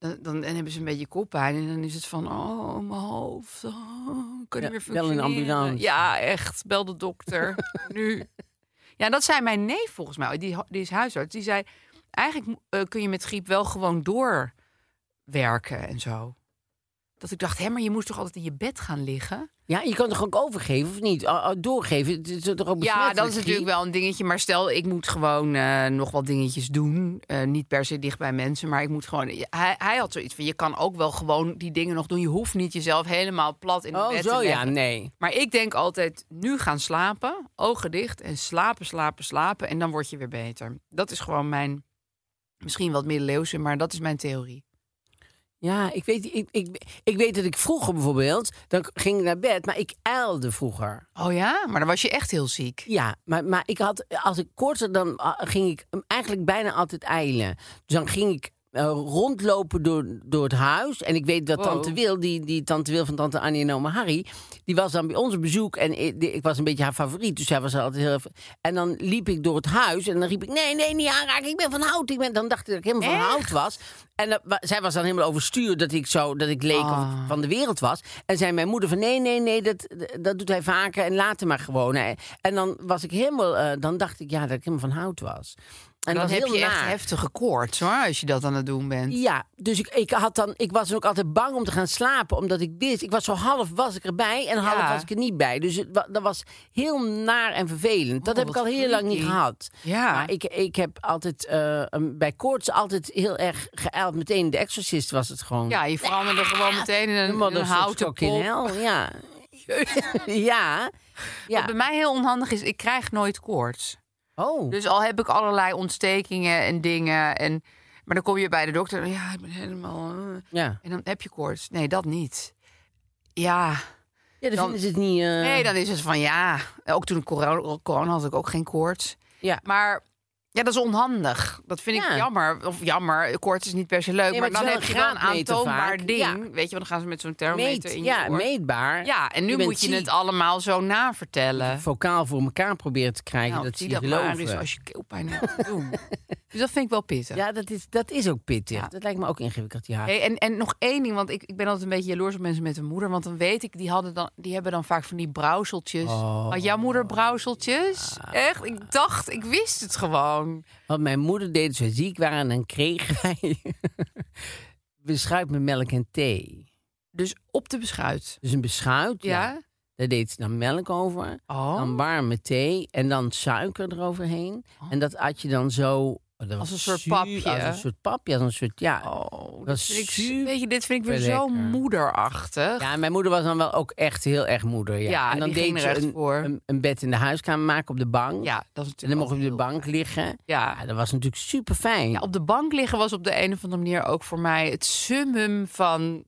Speaker 5: dan, dan en hebben ze een beetje koppijn. En dan is het van, oh, mijn hoofd. Oh, kan
Speaker 4: Ja,
Speaker 5: niet meer
Speaker 4: bel een
Speaker 5: functioneren.
Speaker 4: ambulance.
Speaker 5: Ja, echt. Bel de dokter. <laughs> nu. Ja, dat zei mijn neef volgens mij. Die, ha- die is huisarts. Die zei, eigenlijk mo- eh, kun je met griep wel gewoon doorwerken en zo. Dat ik dacht, hè, maar je moest toch altijd in je bed gaan liggen?
Speaker 4: Ja, je kan toch ook overgeven of niet? Oh, oh, doorgeven. Het is toch ook
Speaker 5: Ja, dat
Speaker 4: besmettelijk,
Speaker 5: is natuurlijk
Speaker 4: griep?
Speaker 5: wel een dingetje. Maar stel, ik moet gewoon eh, nog wat dingetjes doen. Eh, niet per se dicht bij mensen, maar ik moet gewoon... Hij, hij had zoiets van, je kan ook wel gewoon die dingen nog doen. Je hoeft niet jezelf helemaal plat in de
Speaker 4: Oh,
Speaker 5: bed
Speaker 4: zo
Speaker 5: te
Speaker 4: ja,
Speaker 5: leggen.
Speaker 4: nee.
Speaker 5: Maar ik denk altijd, nu gaan slapen, ogen dicht en slapen, slapen, slapen. En dan word je weer beter. Dat is gewoon mijn, misschien wat middeleeuwse, maar dat is mijn theorie.
Speaker 4: Ja, ik weet, ik, ik, ik weet dat ik vroeger bijvoorbeeld, dan ging ik naar bed, maar ik ijlde vroeger.
Speaker 5: Oh ja, maar dan was je echt heel ziek.
Speaker 4: Ja, maar, maar ik had, als ik korter, dan ah, ging ik eigenlijk bijna altijd eilen. Dus dan ging ik eh, rondlopen door, door het huis. En ik weet dat tante Wil, die, die tante Wil van tante Annie en oma Harry... die was dan bij ons op bezoek en ik, die- ik was een beetje haar favoriet. Dus zij was altijd heel... even- En dan liep ik door het huis en dan riep ik... nee, nee, niet aanraken, ik ben van hout. Ik ben... Dan dacht ik dat ik helemaal van hout was. En dat, wa- zij was dan helemaal overstuur dat ik zo... dat ik leek of
Speaker 5: Ah.
Speaker 4: ik van de wereld was. En zei mijn moeder van... nee, nee, nee, dat, dat doet hij vaker en laat hem maar gewoon. En dan was ik helemaal... eh, dan dacht ik, ja, dat ik helemaal van hout was. En
Speaker 5: En dan
Speaker 4: dat was
Speaker 5: heb
Speaker 4: heel
Speaker 5: je echt
Speaker 4: naar.
Speaker 5: heftige koorts hoor, als je dat aan het doen bent.
Speaker 4: Ja, dus ik, ik, had dan, ik was ook altijd bang om te gaan slapen. Omdat ik wist, ik was zo half was ik erbij en half
Speaker 5: Ja.
Speaker 4: was ik er niet bij. Dus het, wa- dat was heel naar en vervelend. Dat
Speaker 5: Oh,
Speaker 4: heb ik
Speaker 5: wat
Speaker 4: al heel lang niet
Speaker 5: freaky.
Speaker 4: gehad.
Speaker 5: Ja.
Speaker 4: Maar ik, ik heb altijd eh, een- bij koorts altijd heel erg geijld. Meteen de exorcist was het gewoon.
Speaker 5: Ja, je veranderde gewoon meteen in een, in een
Speaker 4: Motherfucker
Speaker 5: houten
Speaker 4: fucking
Speaker 5: pop.
Speaker 4: hell, Ja. <laughs>
Speaker 5: <laughs>
Speaker 4: ja.
Speaker 5: Wat
Speaker 4: ja.
Speaker 5: bij mij heel onhandig is, ik krijg nooit koorts.
Speaker 4: Oh.
Speaker 5: Dus al heb ik allerlei ontstekingen en dingen. En, maar dan kom je bij de dokter. Ja, ik ben helemaal. eh.
Speaker 4: Ja.
Speaker 5: En dan heb je koorts. Nee, dat niet. Ja.
Speaker 4: ja, dan,
Speaker 5: dan-
Speaker 4: vinden ze het niet... eh,
Speaker 5: Nee, dan is het van ja. Ook toen ik corona corona had, ik ook geen koorts.
Speaker 4: Ja.
Speaker 5: Maar ja, dat is onhandig. Dat vind
Speaker 4: Ja.
Speaker 5: ik jammer. Of jammer, koorts is niet per se leuk.
Speaker 4: Nee, maar
Speaker 5: maar,
Speaker 4: het is
Speaker 5: dan
Speaker 4: wel een
Speaker 5: heb je wel een
Speaker 4: graadmeter
Speaker 5: aantoonbaar
Speaker 4: vaak.
Speaker 5: ding.
Speaker 4: Ja.
Speaker 5: Weet je, want dan gaan ze met zo'n thermometer
Speaker 4: meet,
Speaker 5: in je
Speaker 4: ja,
Speaker 5: oor.
Speaker 4: meetbaar.
Speaker 5: Ja, en nu
Speaker 4: Je bent
Speaker 5: moet je
Speaker 4: ziek.
Speaker 5: het allemaal zo navertellen.
Speaker 4: vocaal voor elkaar proberen te krijgen.
Speaker 5: Nou,
Speaker 4: dat ze
Speaker 5: zie
Speaker 4: je
Speaker 5: dat maar
Speaker 4: geloven.
Speaker 5: eens als je keelpijn hebt.
Speaker 4: <laughs>
Speaker 5: te doen. dus dat vind ik wel pittig.
Speaker 4: Ja, dat is, dat is ook pittig.
Speaker 5: Ja.
Speaker 4: Dat lijkt me ook ingewikkeld, ja.
Speaker 5: Hey, en, en nog één ding, want ik, ik ben altijd een beetje jaloers op mensen met een moeder. Want dan weet ik, die, hadden dan, die hebben dan vaak van die brouwseltjes.
Speaker 4: Oh.
Speaker 5: Had jouw moeder brouwseltjes?
Speaker 4: Ah.
Speaker 5: Echt? Ik dacht, ik wist het gewoon.
Speaker 4: Want mijn moeder deed, als we ziek waren, en dan kregen wij... <laughs> beschuit met melk en thee.
Speaker 5: Dus op de beschuit.
Speaker 4: Dus een beschuit, ja.
Speaker 5: Ja?
Speaker 4: Daar deed ze dan melk over.
Speaker 5: Oh. Oh.
Speaker 4: Dan warme thee en dan suiker eroverheen. En dat at je dan zo... oh, dat was
Speaker 5: Als een soort
Speaker 4: zuur,
Speaker 5: papje.
Speaker 4: Als een soort papje, als een soort... Ja,
Speaker 5: Oh,
Speaker 4: dat
Speaker 5: dat
Speaker 4: is
Speaker 5: vind ik,
Speaker 4: super
Speaker 5: weet je, dit vind ik weer zo
Speaker 4: lekker.
Speaker 5: moederachtig.
Speaker 4: Ja, en mijn moeder was dan wel ook echt heel erg moeder. Ja,
Speaker 5: Ja,
Speaker 4: en dan
Speaker 5: die ging
Speaker 4: deed
Speaker 5: er
Speaker 4: ze
Speaker 5: echt
Speaker 4: een,
Speaker 5: voor.
Speaker 4: Een, een bed in de huiskamer maken op de bank.
Speaker 5: Ja, dat is natuurlijk
Speaker 4: En dan mocht je op de
Speaker 5: altijd heel-
Speaker 4: bank liggen.
Speaker 5: Ja.
Speaker 4: dat was natuurlijk super fijn.
Speaker 5: Ja, op de bank liggen was op de een of andere manier ook voor mij het summum van...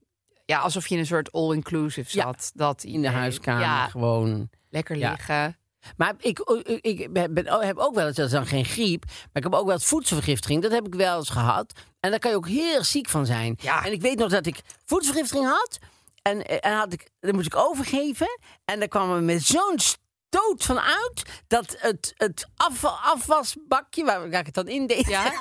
Speaker 5: Ja, alsof je in een soort all-inclusive
Speaker 4: Ja,
Speaker 5: zat. dat
Speaker 4: in de
Speaker 5: idee.
Speaker 4: huiskamer
Speaker 5: Ja,
Speaker 4: gewoon.
Speaker 5: lekker
Speaker 4: Ja.
Speaker 5: liggen.
Speaker 4: Maar ik, ik, ik ben, oh, heb ook wel eens, dat is dan geen griep, maar ik heb ook wel eens voedselvergiftiging. Dat heb ik wel eens gehad. En daar kan je ook heel erg ziek van zijn.
Speaker 5: Ja.
Speaker 4: En ik weet nog dat ik voedselvergiftiging had. En, eh, en had ik, dan moest ik overgeven. En daar kwam er met zo'n stoot van uit dat het, het af, afwasbakje, waar, waar ik het dan in deed, <laughs>
Speaker 5: Ja?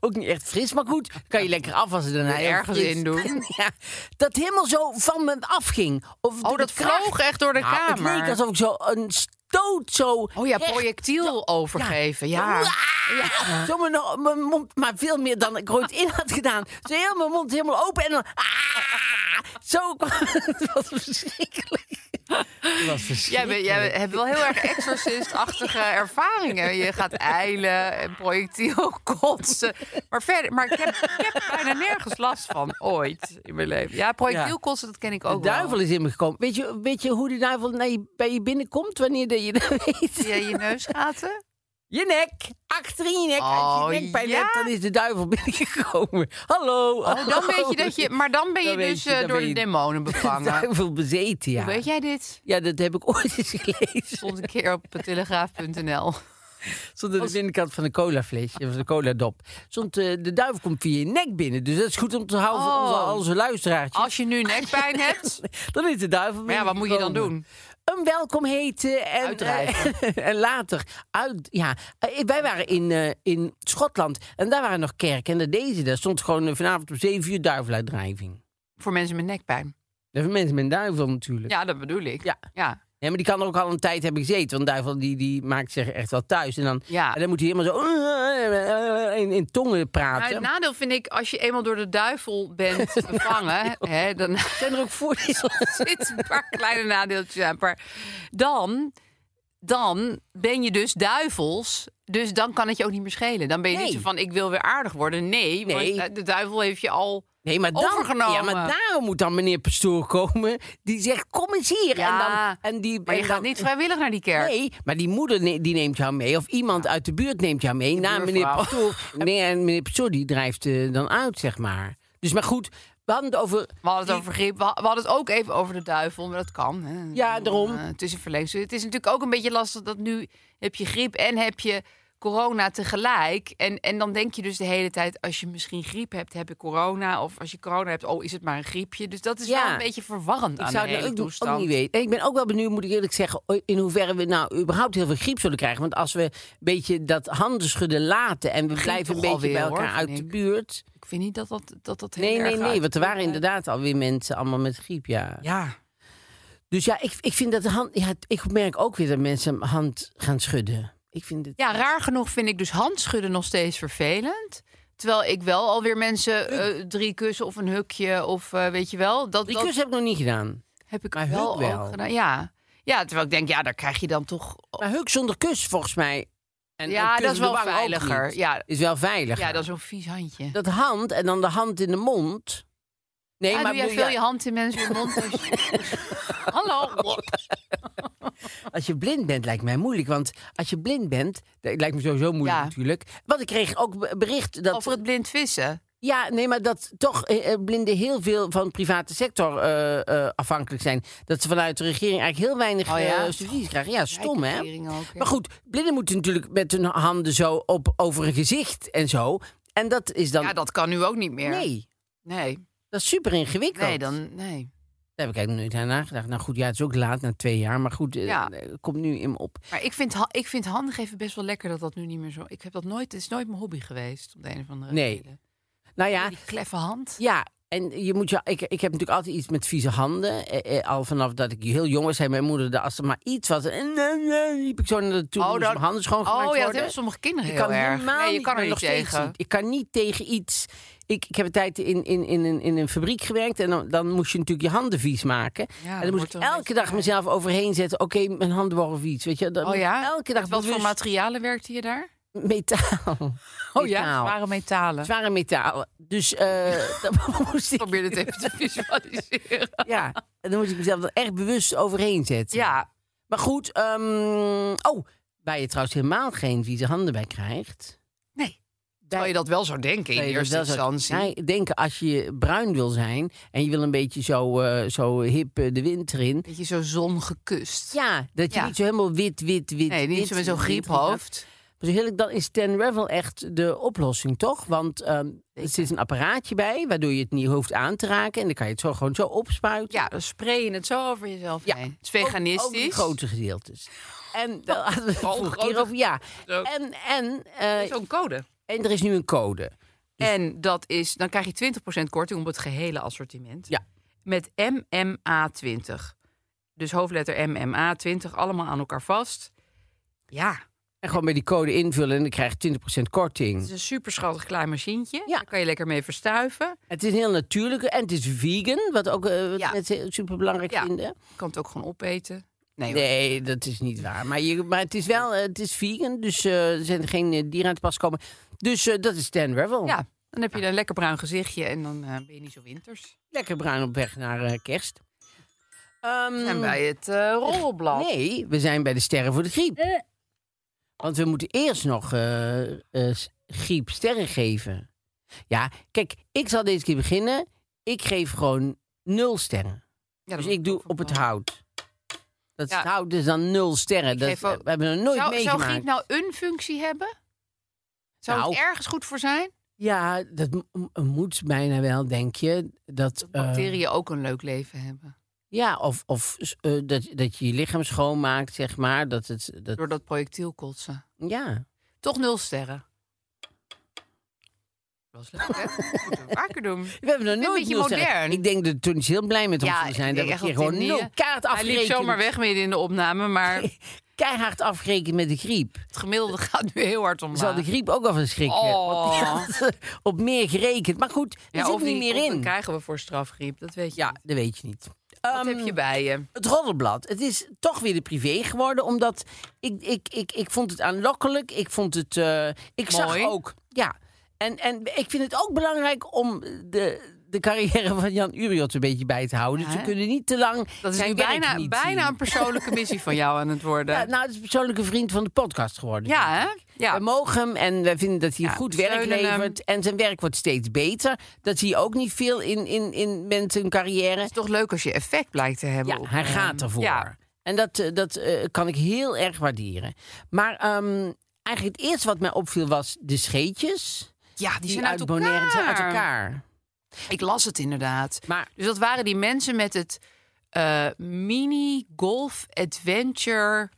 Speaker 4: ook niet echt fris, maar goed, kan je lekker afwassen daarna.
Speaker 5: Er
Speaker 4: heel
Speaker 5: ergens
Speaker 4: fris.
Speaker 5: in doen.
Speaker 4: <laughs>
Speaker 5: Oh,
Speaker 4: ja, dat helemaal zo van me afging. Of door de
Speaker 5: dat
Speaker 4: kracht.
Speaker 5: vloog echt door de
Speaker 4: Nou,
Speaker 5: kamer.
Speaker 4: Het leek alsof ik zo een stoot zo...
Speaker 5: Oh ja,
Speaker 4: echt-
Speaker 5: projectiel overgeven. Ja.
Speaker 4: Ja. <laughs> Zo mijn, mijn mond, maar veel meer dan ik er ooit in had gedaan. Zo heel mijn mond helemaal open en dan... Ah, zo kwam het. <laughs> was verschrikkelijk. Het was
Speaker 5: Jij,
Speaker 4: verschrikkelijk.
Speaker 5: bent- jij hebt wel heel erg
Speaker 4: <laughs>
Speaker 5: exorcist-achtige ervaringen. Je gaat eilen en projectiel kotsen. Maar verder, maar ik heb, ik heb bijna nergens last van ooit in mijn leven. Ja, projectiel kotsen, dat ken ik ook
Speaker 4: De duivel
Speaker 5: wel.
Speaker 4: is in me gekomen. Weet je, weet je hoe die duivel naar je, bij je binnenkomt wanneer dat je dat weet?
Speaker 5: Ja, je neusgaten.
Speaker 4: Je nek, achterin je nek. Als je
Speaker 5: Oh,
Speaker 4: nekpijn
Speaker 5: ja?
Speaker 4: hebt, dan is de duivel <laughs> binnengekomen. Hallo.
Speaker 5: Oh, dan weet je
Speaker 4: <laughs>
Speaker 5: dat <laughs> je... Maar dan ben je
Speaker 4: Dan weet
Speaker 5: dus
Speaker 4: je,
Speaker 5: eh,
Speaker 4: dan
Speaker 5: door
Speaker 4: ben
Speaker 5: de
Speaker 4: je-
Speaker 5: demonen
Speaker 4: De
Speaker 5: <laughs> bevangen.
Speaker 4: duivel bezeten, ja.
Speaker 5: Hoe weet jij dit?
Speaker 4: Ja, dat heb ik ooit eens gelezen.
Speaker 5: Stond een keer op eh, telegraaf.nl.
Speaker 4: <laughs> Stond aan de binnenkant van een colaflesje, van de coladop. Stond, eh, de duivel komt via je nek binnen. Dus dat is goed om te houden voor
Speaker 5: Oh.
Speaker 4: onze, al onze luisteraartjes.
Speaker 5: Als je nu <laughs> nekpijn hebt...
Speaker 4: Dan is de duivel
Speaker 5: Maar ja, wat moet je dan
Speaker 4: binnengekomen.
Speaker 5: doen?
Speaker 4: Een welkom heten en,
Speaker 5: Uitdrijven.
Speaker 4: eh, <laughs> en later uit. Ja, Eh, wij waren in, eh, in Schotland en daar waren nog kerken. En daar deze, daar stond gewoon eh, vanavond om 7 uur duiveluitdrijving.
Speaker 5: Voor mensen met nekpijn.
Speaker 4: Dat zijn mensen met een duivel natuurlijk.
Speaker 5: Ja, dat bedoel ik.
Speaker 4: Ja.
Speaker 5: ja.
Speaker 4: Nee, maar die kan er ook al een tijd hebben gezeten. Want duivel die, die maakt zich echt wel thuis. En dan,
Speaker 5: Ja.
Speaker 4: en dan moet hij helemaal zo in, in tongen
Speaker 5: Maar
Speaker 4: praten.
Speaker 5: Nou, het nadeel vind ik, als je eenmaal door de duivel <laughs> bent bevangen, hè, dan
Speaker 4: zijn er ook voordelen.
Speaker 5: <laughs> zit een paar kleine nadeeltjes aan. Maar dan, dan ben je dus duivels. Dus dan kan het je ook niet meer schelen. Dan ben je niet
Speaker 4: Nee.
Speaker 5: zo van, ik wil weer aardig worden. Nee,
Speaker 4: Nee.
Speaker 5: want eh, de duivel heeft je al
Speaker 4: Nee, maar dan,
Speaker 5: overgenomen.
Speaker 4: Ja, maar daarom moet dan meneer Pastoor komen. Die zegt, kom eens hier.
Speaker 5: Ja,
Speaker 4: en dan, en die,
Speaker 5: maar je
Speaker 4: en
Speaker 5: gaat
Speaker 4: dan-
Speaker 5: niet vrijwillig naar die kerk.
Speaker 4: Nee, maar die moeder ne- die neemt jou mee. Of iemand uit de buurt neemt jou mee. Na meneer
Speaker 5: buurvrouw. <laughs>
Speaker 4: Pastoor. Nee, en meneer Pastoor die drijft eh, dan uit, zeg maar. Dus maar goed, we hadden het over...
Speaker 5: We hadden het over griep. We we hadden het ook even over de duivel, maar dat kan. Hè.
Speaker 4: Ja, daarom.
Speaker 5: Eh, het is een verlengsel. Het is natuurlijk ook een beetje lastig dat nu heb je griep en heb je corona tegelijk. En, en dan denk je dus de hele tijd, als je misschien griep hebt, heb ik corona. Of als je corona hebt, oh, is het maar een griepje. Dus dat is
Speaker 4: Ja.
Speaker 5: wel een beetje verwarrend
Speaker 4: Ik
Speaker 5: aan
Speaker 4: zou
Speaker 5: de
Speaker 4: het nou
Speaker 5: hele
Speaker 4: ook, niet-
Speaker 5: toestand.
Speaker 4: ook niet weten. En ik ben ook wel benieuwd, moet ik eerlijk zeggen, in hoeverre we nou überhaupt heel veel griep zullen krijgen. Want als we een beetje dat handen schudden laten en we blijven een
Speaker 5: toch
Speaker 4: beetje bij
Speaker 5: alweer, hoor,
Speaker 4: elkaar uit
Speaker 5: vind
Speaker 4: de
Speaker 5: ik.
Speaker 4: buurt.
Speaker 5: Ik vind niet dat dat, dat, dat heel
Speaker 4: Nee,
Speaker 5: erg
Speaker 4: nee, nee,
Speaker 5: uit-
Speaker 4: want er waren inderdaad alweer mensen allemaal met griep, ja.
Speaker 5: Ja,
Speaker 4: Dus ja, ik, ik vind dat de hand. Ja, ik merk ook weer dat mensen hand gaan schudden. Ik vind het.
Speaker 5: Ja, raar genoeg vind ik dus handschudden nog steeds vervelend. Terwijl ik wel alweer mensen eh, drie kussen of een hukje of eh, weet je wel. Dat,
Speaker 4: Die
Speaker 5: dat
Speaker 4: kus heb ik nog niet gedaan.
Speaker 5: heb ik
Speaker 4: maar
Speaker 5: wel,
Speaker 4: huk wel.
Speaker 5: ook gedaan. Ja. ja, terwijl ik denk, ja, daar krijg je dan toch...
Speaker 4: Maar huk zonder kus, volgens mij. En
Speaker 5: Ja,
Speaker 4: een kus
Speaker 5: dat is
Speaker 4: op de
Speaker 5: wel
Speaker 4: wang ook
Speaker 5: veiliger.
Speaker 4: niet.
Speaker 5: Ja.
Speaker 4: Is wel veiliger.
Speaker 5: Ja, dat is zo'n vies handje.
Speaker 4: Dat hand en dan de hand in de mond. Nee,
Speaker 5: ah,
Speaker 4: maar
Speaker 5: doe jij
Speaker 4: bedoel
Speaker 5: veel
Speaker 4: je-
Speaker 5: je hand in mensen hun
Speaker 4: <laughs>
Speaker 5: mond? als je- Hallo.
Speaker 4: Als je blind bent, lijkt mij moeilijk. Want als je blind bent, dat lijkt me sowieso moeilijk
Speaker 5: Ja.
Speaker 4: natuurlijk. Want ik kreeg ook be- bericht <laughs> dat.
Speaker 5: Over het blind vissen.
Speaker 4: Ja, nee, maar dat toch eh, eh, blinden heel veel van de private sector eh, eh, afhankelijk zijn. Dat ze vanuit de regering eigenlijk heel weinig
Speaker 5: Oh ja?
Speaker 4: eh, subsidies krijgen. Ja, stom hè?
Speaker 5: Rijkering ook, ja.
Speaker 4: Maar goed, blinden moeten natuurlijk met hun handen zo op over hun gezicht en zo. En dat is dan.
Speaker 5: Ja, dat kan nu ook niet meer.
Speaker 4: Nee,
Speaker 5: Nee,
Speaker 4: dat is super ingewikkeld.
Speaker 5: nee dan... Nee.
Speaker 4: Daar heb ik eigenlijk nooit aan nagedacht. Nou goed, ja, het is ook laat, na twee jaar. Maar goed, eh,
Speaker 5: Ja.
Speaker 4: eh, komt nu in me op.
Speaker 5: Maar ik vind, ha- ik vind handen geven best wel lekker dat dat nu niet meer zo... Ik heb dat nooit... Het is nooit mijn hobby geweest, op de een of andere
Speaker 4: Nee.
Speaker 5: reden.
Speaker 4: Nou ja,
Speaker 5: Die kleffe hand.
Speaker 4: Ja, en je moet je, ik, ik heb natuurlijk altijd iets met vieze handen. Eh, eh, al vanaf dat ik heel jong was, zei mijn moeder, dat als er maar iets was, en, eh, liep ik zo naar de toe. moest
Speaker 5: dat-
Speaker 4: mijn handen schoongemaakt
Speaker 5: Oh ja, dat
Speaker 4: worden.
Speaker 5: hebben sommige kinderen
Speaker 4: Ik
Speaker 5: heel
Speaker 4: kan
Speaker 5: erg.
Speaker 4: helemaal
Speaker 5: nee, je
Speaker 4: niet,
Speaker 5: kan
Speaker 4: maar
Speaker 5: er niet
Speaker 4: nog steeds
Speaker 5: tegen.
Speaker 4: niet. Ik kan niet tegen iets. Ik, ik heb een tijd in, in, in, een, in een fabriek gewerkt en dan, dan moest je natuurlijk je handen vies maken.
Speaker 5: dan
Speaker 4: en dan moest
Speaker 5: wordt
Speaker 4: ik
Speaker 5: er een
Speaker 4: elke
Speaker 5: beetje
Speaker 4: dag
Speaker 5: bij.
Speaker 4: mezelf overheen zetten. Oké, mijn handen worden vies. Weet je, dan
Speaker 5: Oh
Speaker 4: moet
Speaker 5: ja?
Speaker 4: elke dag
Speaker 5: Met Wat voor
Speaker 4: bewust- Oh,
Speaker 5: materialen werkte je daar? <laughs> Oh
Speaker 4: metaal. Metaal.
Speaker 5: zware metalen.
Speaker 4: Zware metalen. Dus
Speaker 5: <laughs>
Speaker 4: eh dan moest
Speaker 5: Ik
Speaker 4: ik
Speaker 5: probeer het even te <laughs> visualiseren.
Speaker 4: <laughs> Ja, en dan moet ik mezelf er echt bewust overheen zetten.
Speaker 5: Ja,
Speaker 4: Maar goed, ehm, oh, waar je trouwens helemaal geen vieze handen bij krijgt.
Speaker 5: nee. Terwijl je dat wel zou denken in
Speaker 4: Nee, dat
Speaker 5: eerste
Speaker 4: wel zo-
Speaker 5: instantie.
Speaker 4: Nee, denken als je bruin wil zijn en je wil een beetje zo, eh, zo hip eh, de winter in.
Speaker 5: Beetje zo zon gekust.
Speaker 4: Ja, dat je
Speaker 5: Ja.
Speaker 4: niet zo helemaal wit, wit, wit.
Speaker 5: nee, niet
Speaker 4: wit
Speaker 5: zo
Speaker 4: in
Speaker 5: met zo'n
Speaker 4: de winter gaat.
Speaker 5: griephoofd.
Speaker 4: Dus heel eerlijk, dan is ten Revel echt de oplossing, toch? Want ehm, er zit een apparaatje bij waardoor je het niet hoeft aan te raken en dan kan je het zo gewoon zo opspuiten.
Speaker 5: Ja, dan spray je het zo over jezelf
Speaker 4: Ja.
Speaker 5: heen. Het is
Speaker 4: Ook die
Speaker 5: veganistisch.
Speaker 4: grote gedeeltes.
Speaker 5: <laughs>
Speaker 4: En daar hadden we het
Speaker 5: Oh,
Speaker 4: vorige
Speaker 5: grote-
Speaker 4: keer over. Ja.
Speaker 5: Zo.
Speaker 4: En, en, eh,
Speaker 5: Zo'n code.
Speaker 4: en er is nu een code.
Speaker 5: En dat is, dan krijg je 20% korting op het gehele assortiment.
Speaker 4: Ja.
Speaker 5: Met MMA20. Dus hoofdletter MMA20, allemaal aan elkaar vast. Ja,
Speaker 4: En gewoon bij die code invullen en dan krijg je 20%
Speaker 5: het is
Speaker 4: korting.
Speaker 5: een superschattig klein machientje.
Speaker 4: Ja.
Speaker 5: Daar kan je lekker mee verstuiven.
Speaker 4: Het is heel natuurlijk en het is vegan, wat ook eh, wat
Speaker 5: Ja.
Speaker 4: mensen super belangrijk
Speaker 5: Ja.
Speaker 4: vinden.
Speaker 5: Je kan het ook gewoon opeten. Nee, hoor.
Speaker 4: Nee, dat is niet waar. Maar, je, maar het is wel eh, het is vegan, dus eh, er zijn geen eh, dieren aan te pas komen. Dus eh, dat is ten Revel.
Speaker 5: Ja, dan heb je een lekker bruin gezichtje en dan eh, ben je niet zo winters.
Speaker 4: Lekker bruin op weg naar eh, kerst.
Speaker 5: En
Speaker 4: Ehm,
Speaker 5: zijn bij het eh, rolblad.
Speaker 4: Nee, we zijn bij de sterren voor de griep. Want we moeten eerst nog eh, eh, s- griep sterren geven. Ja, kijk, ik zal deze keer beginnen. Ik geef gewoon nul sterren.
Speaker 5: Ja,
Speaker 4: dus
Speaker 5: dat
Speaker 4: ik doe
Speaker 5: ook
Speaker 4: op het
Speaker 5: wel.
Speaker 4: hout. Dat is
Speaker 5: Ja.
Speaker 4: het hout dus dan nul sterren.
Speaker 5: Ik
Speaker 4: Dat,
Speaker 5: geef ook-
Speaker 4: We hebben er nooit
Speaker 5: Zou, zou
Speaker 4: meegemaakt.
Speaker 5: Griet nou een functie hebben? Zou
Speaker 4: Nou.
Speaker 5: het ergens goed voor zijn?
Speaker 4: Eh. Ja, dat m- m- moet bijna wel, denk je. Dat,
Speaker 5: Dat
Speaker 4: eh,
Speaker 5: bacteriën ook een leuk leven hebben.
Speaker 4: ja, of, of eh, dat, dat je je lichaam schoonmaakt, zeg maar. Dat het, dat,
Speaker 5: Door dat projectiel kotsen.
Speaker 4: ja.
Speaker 5: Toch nul sterren. Dat was <laughs> leuk, hè? Dat moeten we vaker doen.
Speaker 4: We hebben er
Speaker 5: Ik vind het
Speaker 4: nooit
Speaker 5: een beetje
Speaker 4: nul sterren.
Speaker 5: modern.
Speaker 4: Ik denk dat toen is heel blij met ons
Speaker 5: Ja,
Speaker 4: zullen zijn.
Speaker 5: ik
Speaker 4: Dat
Speaker 5: denk
Speaker 4: we
Speaker 5: echt
Speaker 4: hier
Speaker 5: dat
Speaker 4: gewoon
Speaker 5: dit
Speaker 4: nul
Speaker 5: niet- eh,
Speaker 4: kaart
Speaker 5: Hij liep
Speaker 4: afgerekend.
Speaker 5: zomaar weg midden in de opname, <laughs> maar het
Speaker 4: Keihard afgerekend met de griep.
Speaker 5: gemiddelde gaat nu heel hard omlaag.
Speaker 4: Zal de griep ook al van schrikken.
Speaker 5: Oh.
Speaker 4: Want die had <laughs> op meer gerekend. Maar goed, er
Speaker 5: Ja,
Speaker 4: zit
Speaker 5: of
Speaker 4: niet
Speaker 5: die-
Speaker 4: meer
Speaker 5: of dan
Speaker 4: in.
Speaker 5: krijgen we voor strafgriep, dat weet je.
Speaker 4: Ja,
Speaker 5: niet.
Speaker 4: dat weet je niet.
Speaker 5: Wat
Speaker 4: Ehm,
Speaker 5: heb je bij je?
Speaker 4: Het roddelblad. Het is toch weer de privé geworden. Omdat ik, ik, ik, ik vond het aanlokkelijk. Ik vond het. eh, ik zag
Speaker 5: Mooi.
Speaker 4: ook. Ja. En, en ik vind het ook belangrijk om de, de carrière van Jan Uriot een beetje bij te houden.
Speaker 5: Ja,
Speaker 4: dus we
Speaker 5: hè?
Speaker 4: kunnen niet te lang
Speaker 5: Dat is
Speaker 4: zijn
Speaker 5: nu
Speaker 4: werk
Speaker 5: bijna,
Speaker 4: niet
Speaker 5: bijna <laughs>
Speaker 4: zien.
Speaker 5: een persoonlijke missie van jou aan het worden.
Speaker 4: Ja,
Speaker 5: Ja,
Speaker 4: nou, het is een persoonlijke vriend van de podcast geworden.
Speaker 5: hè? Ja.
Speaker 4: We mogen hem en wij vinden dat hij
Speaker 5: Ja,
Speaker 4: goed
Speaker 5: we
Speaker 4: werk
Speaker 5: steunen hem.
Speaker 4: levert. En zijn werk wordt steeds beter. Dat zie je ook niet veel in, in, in mensen hun carrière.
Speaker 5: Het is toch leuk als je effect blijkt te hebben.
Speaker 4: Ja,
Speaker 5: op,
Speaker 4: hij
Speaker 5: eh,
Speaker 4: gaat ervoor.
Speaker 5: Ja,
Speaker 4: En dat, eh, dat eh, kan ik heel erg waarderen. Maar ehm, eigenlijk het eerste wat mij opviel was de scheetjes.
Speaker 5: Ja, die, zijn
Speaker 4: uit
Speaker 5: uit elkaar.
Speaker 4: Bonaire zijn uit elkaar.
Speaker 5: Ik las het inderdaad.
Speaker 4: Maar
Speaker 5: Dus dat waren die mensen met het eh, mini golf adventure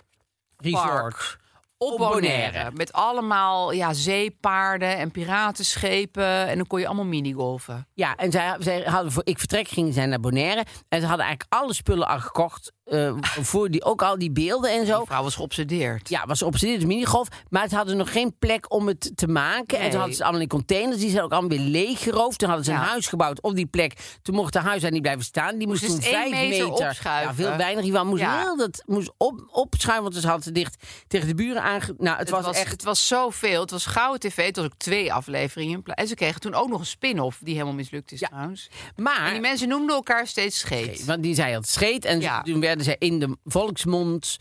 Speaker 4: resort.
Speaker 5: op
Speaker 4: Bonaire.
Speaker 5: Bonaire. Met allemaal ja, zeepaarden en piratenschepen. En dan kon je allemaal minigolven.
Speaker 4: Ja, en zij, zij hadden voor ik vertrek gingen zij naar Bonaire. En ze hadden eigenlijk alle spullen al gekocht. eh, voor die, ook al die beelden en zo.
Speaker 5: Die vrouw was geobsedeerd.
Speaker 4: Oh. Ja, was obsidian minigolf. Maar ze hadden nog geen plek om het te maken. En
Speaker 5: Nee.
Speaker 4: toen hadden ze het allemaal in containers. Die zijn ook allemaal weer leeggeroofd. Toen hadden ze een
Speaker 5: Ja.
Speaker 4: huis gebouwd op die plek. Toen mocht de huis daar niet blijven staan. Die moest
Speaker 5: Moest
Speaker 4: toen
Speaker 5: dus één
Speaker 4: vijf
Speaker 5: meter
Speaker 4: Ja,
Speaker 5: opschuiven.
Speaker 4: veel weinig. Die moest,
Speaker 5: Ja.
Speaker 4: heel dat, moest op, opschuiven, want ze hadden ze dicht tegen de buren aange... Nou, het, was, echt...
Speaker 5: het was zoveel. Het was gouden tv. Het was ook twee afleveringen. in pla- En ze kregen toen ook nog een spin-off die helemaal mislukt is
Speaker 4: Ja. Ah.
Speaker 5: trouwens. En
Speaker 4: Maar...
Speaker 5: die mensen noemden elkaar steeds scheet.
Speaker 4: Want die zei het scheet. En
Speaker 5: Ja.
Speaker 4: toen werden ze in de volksmond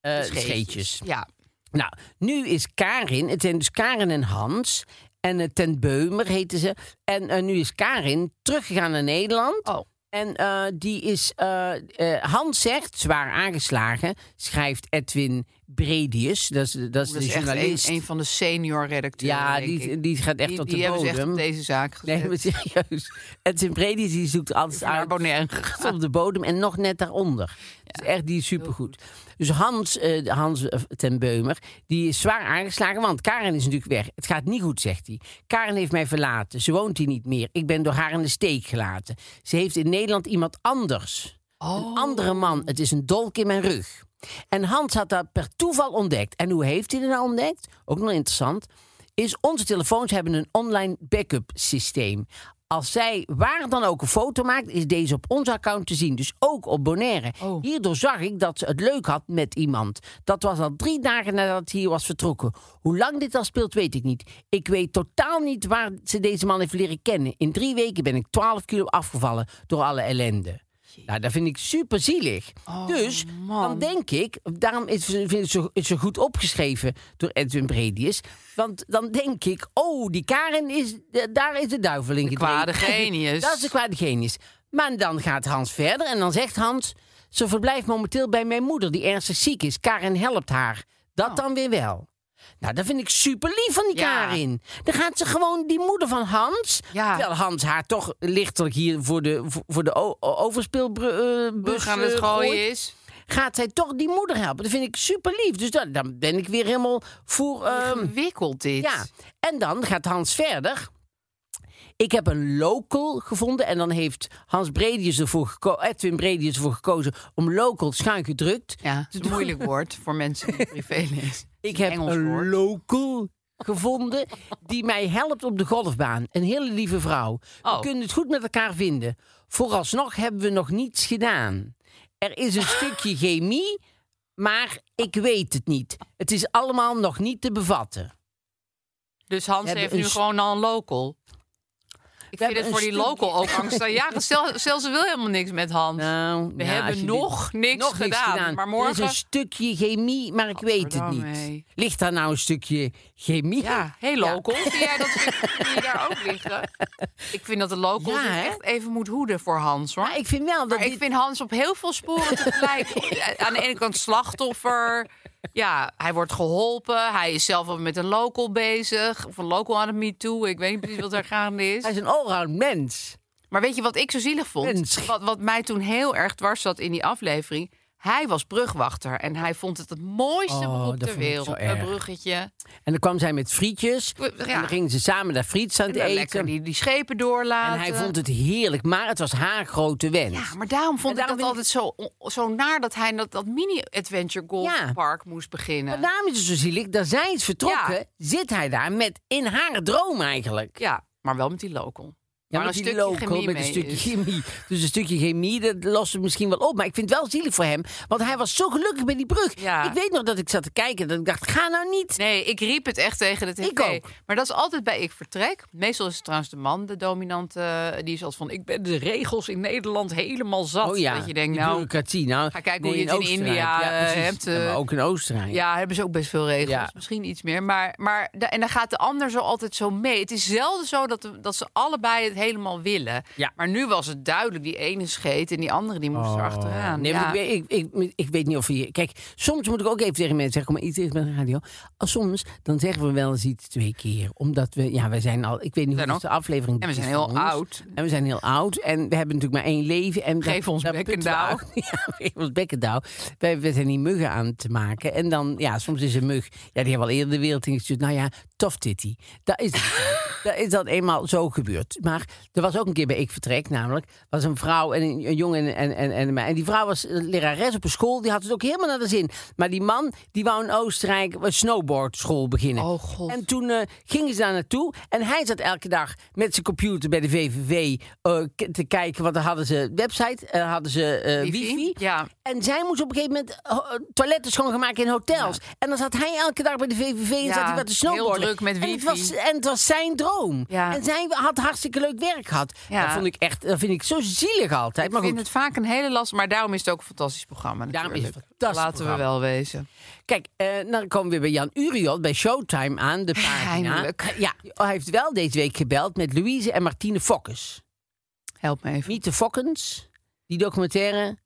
Speaker 4: eh, scheetjes.
Speaker 5: Ja.
Speaker 4: Nou, nu is Karin, het zijn dus Karin en Hans. En eh, Ten Beumer heten ze. En eh, nu is Karin teruggegaan naar Nederland.
Speaker 5: Oh.
Speaker 4: En eh, die is, eh, eh, Hans zegt, zwaar aangeslagen, schrijft Edwin Bredius. Dat is, dat is
Speaker 5: Dat
Speaker 4: de
Speaker 5: is echt een,
Speaker 4: journalist.
Speaker 5: een van de senior redacteuren.
Speaker 4: ja,
Speaker 5: denk
Speaker 4: die,
Speaker 5: ik.
Speaker 4: die gaat echt
Speaker 5: die,
Speaker 4: tot
Speaker 5: die
Speaker 4: de
Speaker 5: hebben ze
Speaker 4: bodem.
Speaker 5: echt op deze zaak gezet.
Speaker 4: Nee, maar serieus. Edwin Bredius die zoekt altijd
Speaker 5: Ze zijn naar
Speaker 4: uit
Speaker 5: Bonaire gegaan.
Speaker 4: tot op de bodem en nog net daaronder. Dus echt, die is supergoed. Dus Hans, eh, Hans eh, ten Beumer, die is zwaar aangeslagen, want Karen is natuurlijk weg. Het gaat niet goed, zegt hij. Karen heeft mij verlaten. Ze woont hier niet meer. Ik ben door haar in de steek gelaten. Ze heeft in Nederland iemand anders. Een andere man. Het is een dolk in mijn rug. En Hans had dat per toeval ontdekt. En hoe heeft hij dat nou ontdekt? Ook nog interessant. Is onze telefoons hebben een online backup systeem. Als zij waar dan ook een foto maakt, is deze op ons account te zien. Dus ook op Bonaire.
Speaker 5: Oh.
Speaker 4: Hierdoor zag ik dat ze het leuk had met iemand. Dat was al drie dagen nadat hij hier was vertrokken. Hoe lang dit al speelt, weet ik niet. Ik weet totaal niet waar ze deze man heeft leren kennen. In drie weken ben ik 12 kilo afgevallen door alle ellende. Nou, dat vind ik super zielig. dus dan denk ik, daarom is vind ik het zo, is zo goed opgeschreven door Edwin Bredius. Want dan denk ik, oh, die Karen is, eh, daar is de duivel in gedreven.
Speaker 5: kwade genius.
Speaker 4: <laughs> Dat is de kwade genius. Maar dan gaat Hans verder en dan zegt Hans... ze verblijft momenteel bij mijn moeder die ernstig ziek is. Karen helpt haar. Dat dan weer wel. Nou, dat vind ik super lief van die
Speaker 5: Ja.
Speaker 4: Karin. Dan gaat ze gewoon die moeder van Hans...
Speaker 5: Ja.
Speaker 4: terwijl Hans haar toch lichtelijk hier voor de, voor- voor de o- eh, o- overspilbus
Speaker 5: Brug aan het gooien is.
Speaker 4: gaat zij toch die moeder helpen. Dat vind ik super lief. Dus dan, dan ben ik weer helemaal voor... ehm,
Speaker 5: Ingewikkeld dit.
Speaker 4: ja, en dan gaat Hans verder. Ik heb een local gevonden en dan heeft Hans Bredius ervoor geko- eh, Edwin Bredius ervoor gekozen om local schuin gedrukt.
Speaker 5: Ja, het is een moeilijk woord voor mensen
Speaker 4: <laughs>
Speaker 5: die privé lezen.
Speaker 4: Ik heb
Speaker 5: Engels
Speaker 4: een
Speaker 5: woord.
Speaker 4: local gevonden die mij helpt op de golfbaan. Een hele lieve vrouw. We
Speaker 5: Oh.
Speaker 4: kunnen het goed met elkaar vinden. Vooralsnog hebben we nog niets gedaan. Er is
Speaker 5: <gasps>
Speaker 4: een stukje chemie, maar ik weet het niet. Het is allemaal nog niet te bevatten.
Speaker 5: Dus Hans
Speaker 4: hebben
Speaker 5: heeft
Speaker 4: een
Speaker 5: nu
Speaker 4: s-
Speaker 5: gewoon al een local. Ik vind
Speaker 4: hebben
Speaker 5: het voor
Speaker 4: een
Speaker 5: die local ook angst. Ja, stel, stel ze wil helemaal niks met Hans.
Speaker 4: Nou,
Speaker 5: We
Speaker 4: ja, als
Speaker 5: hebben
Speaker 4: je
Speaker 5: nog
Speaker 4: dit-
Speaker 5: niks
Speaker 4: nog
Speaker 5: gedaan, maar
Speaker 4: Er is een
Speaker 5: morgen-
Speaker 4: stukje chemie, maar ik weet het niet.
Speaker 5: Gadverdamme, hé.
Speaker 4: Ligt daar nou een stukje chemie?
Speaker 5: Ja, heel local. Zie jij dat stuk- zie je daar ook
Speaker 4: <laughs>
Speaker 5: liggen? Ik vind dat de local
Speaker 4: Ja,
Speaker 5: zich
Speaker 4: hè?
Speaker 5: echt even moet hoeden voor Hans, hoor.
Speaker 4: Maar ik vind wel dat
Speaker 5: Maar
Speaker 4: dit...
Speaker 5: ik vind Hans op heel veel
Speaker 4: <laughs>
Speaker 5: sporen tegelijk. Aan de ene kant slachtoffer. Ja, hij wordt geholpen. Hij is zelf al met een local bezig. Of een local aan het Me Too. Ik weet niet precies wat daar gaande is.
Speaker 4: Hij is een allround mens.
Speaker 5: Maar weet je wat ik zo zielig
Speaker 4: Mens.
Speaker 5: vond? Wat, wat mij toen heel erg dwars zat in die aflevering. Hij was brugwachter en hij vond het het mooiste
Speaker 4: Oh,
Speaker 5: beroep
Speaker 4: dat
Speaker 5: ter
Speaker 4: vond ik zo
Speaker 5: wereld.
Speaker 4: erg.
Speaker 5: Een bruggetje.
Speaker 4: En dan kwam zij met frietjes.
Speaker 5: Ja.
Speaker 4: En dan gingen ze samen daar frietjes aan
Speaker 5: En
Speaker 4: het
Speaker 5: dan
Speaker 4: eten.
Speaker 5: lekker die, die schepen doorlaten.
Speaker 4: En hij vond het heerlijk, maar het was haar grote wens.
Speaker 5: Ja, maar daarom vond
Speaker 4: En daarom
Speaker 5: ik dat
Speaker 4: ben
Speaker 5: altijd zo, on- zo naar dat hij dat, dat mini-adventure
Speaker 4: Ja.
Speaker 5: golfpark park moest beginnen.
Speaker 4: Maar daarom is het zo zielig. Daar zijn ze vertrokken.
Speaker 5: Ja.
Speaker 4: Zit hij daar met in haar droom eigenlijk.
Speaker 5: Ja, maar wel met die local.
Speaker 4: maar
Speaker 5: een
Speaker 4: die
Speaker 5: stukje
Speaker 4: local
Speaker 5: chemie
Speaker 4: met een
Speaker 5: mee
Speaker 4: stukje
Speaker 5: is.
Speaker 4: chemie. Dus een stukje chemie, dat lost het misschien wel op. Maar ik vind het wel zielig voor hem. Want hij was zo gelukkig met die brug.
Speaker 5: Ja.
Speaker 4: Ik weet nog dat ik zat te kijken. Dat ik dacht, ga nou niet.
Speaker 5: Nee, ik riep het echt tegen de tv.
Speaker 4: Ik ook.
Speaker 5: Maar dat is altijd bij ik vertrek. Meestal is het trouwens de man de dominante. eh, Die is als van, ik ben de regels in Nederland helemaal zat.
Speaker 4: oh ja,
Speaker 5: Dat je denkt,
Speaker 4: die
Speaker 5: nou,
Speaker 4: bureaucratie. Nou,
Speaker 5: ga kijken hoe
Speaker 4: nee,
Speaker 5: je het in
Speaker 4: Oostenrijk.
Speaker 5: India,
Speaker 4: ja,
Speaker 5: eh,
Speaker 4: precies.
Speaker 5: hebt,
Speaker 4: Ja, maar
Speaker 5: eh,
Speaker 4: ook in Oostenrijk.
Speaker 5: ja, hebben ze ook best veel regels.
Speaker 4: Ja.
Speaker 5: Misschien iets meer. Maar, maar, da- en dan gaat de ander zo altijd zo mee. Het is zelden zo dat, we- dat ze allebei het helemaal willen.
Speaker 4: Ja. Oh.
Speaker 5: Maar nu was het duidelijk, die ene scheet en die andere die moest er achteraan.
Speaker 4: Nee,
Speaker 5: ja.
Speaker 4: maar ik, ik, ik, ik weet niet of je. Kijk, soms moet ik ook even tegen mensen zeggen. Kom maar iets dichter bij de radio. Als soms, dan zeggen we wel eens iets twee keer. Omdat we. Ja, we zijn al. Ik weet niet
Speaker 5: Zijn
Speaker 4: hoeveel
Speaker 5: ook-
Speaker 4: aflevering.
Speaker 5: en we
Speaker 4: dit is
Speaker 5: zijn heel
Speaker 4: van ons.
Speaker 5: oud.
Speaker 4: En we zijn heel oud. En we hebben natuurlijk maar één leven. En
Speaker 5: Geef ons
Speaker 4: daar putten we
Speaker 5: bekkendauw.
Speaker 4: uit. <laughs> Ja, geef ons bekkendauw. Wij, we zijn die muggen aan het maken. En dan, ja, soms is een mug. Ja, die hebben al eerder de wereld ingestuurd. Nou ja, tof titty. Dat is,
Speaker 5: <laughs>
Speaker 4: dat is dan eenmaal zo gebeurd. Maar er was ook een keer bij Ik Vertrek, namelijk. was een vrouw en een, een jongen en, en, en, en, en die vrouw was eh, lerares op een school. Die had het ook helemaal naar de zin. Maar die man, die wou in Oostenrijk een snowboardschool beginnen.
Speaker 5: Oh, god.
Speaker 4: En toen eh, gingen ze daar naartoe. En hij zat elke dag met zijn computer bij de VVV eh, k- te kijken. Want dan hadden ze website, eh, hadden ze eh,
Speaker 5: Wifi,
Speaker 4: wifi.
Speaker 5: ja.
Speaker 4: En zij moest op een gegeven moment eh, toiletten schoongemaakt in hotels. En dan zat hij elke dag bij de VVV en
Speaker 5: Ja,
Speaker 4: zat hij wat te
Speaker 5: heel
Speaker 4: snowboarden.
Speaker 5: druk met
Speaker 4: En het
Speaker 5: wifi.
Speaker 4: was, en het was zijn droom.
Speaker 5: Ja.
Speaker 4: En zij had hartstikke leuk werk gehad.
Speaker 5: Ja.
Speaker 4: Dat, vond ik echt, dat vind ik zo zielig altijd.
Speaker 5: Ik
Speaker 4: maar
Speaker 5: vind
Speaker 4: goed,
Speaker 5: het vaak een hele last, maar daarom is het ook een fantastisch programma.
Speaker 4: Daarom is het
Speaker 5: natuurlijk.
Speaker 4: fantastisch
Speaker 5: Laten
Speaker 4: programma.
Speaker 5: we wel wezen.
Speaker 4: Kijk, eh, dan komen we weer bij Jan Uriot bij Showtime aan, de pagina.
Speaker 5: Eindelijk.
Speaker 4: Ja, hij heeft wel deze week gebeld met Louise en Martine Fokkes.
Speaker 5: Help me even.
Speaker 4: Niet de Fokkens, die documentaire,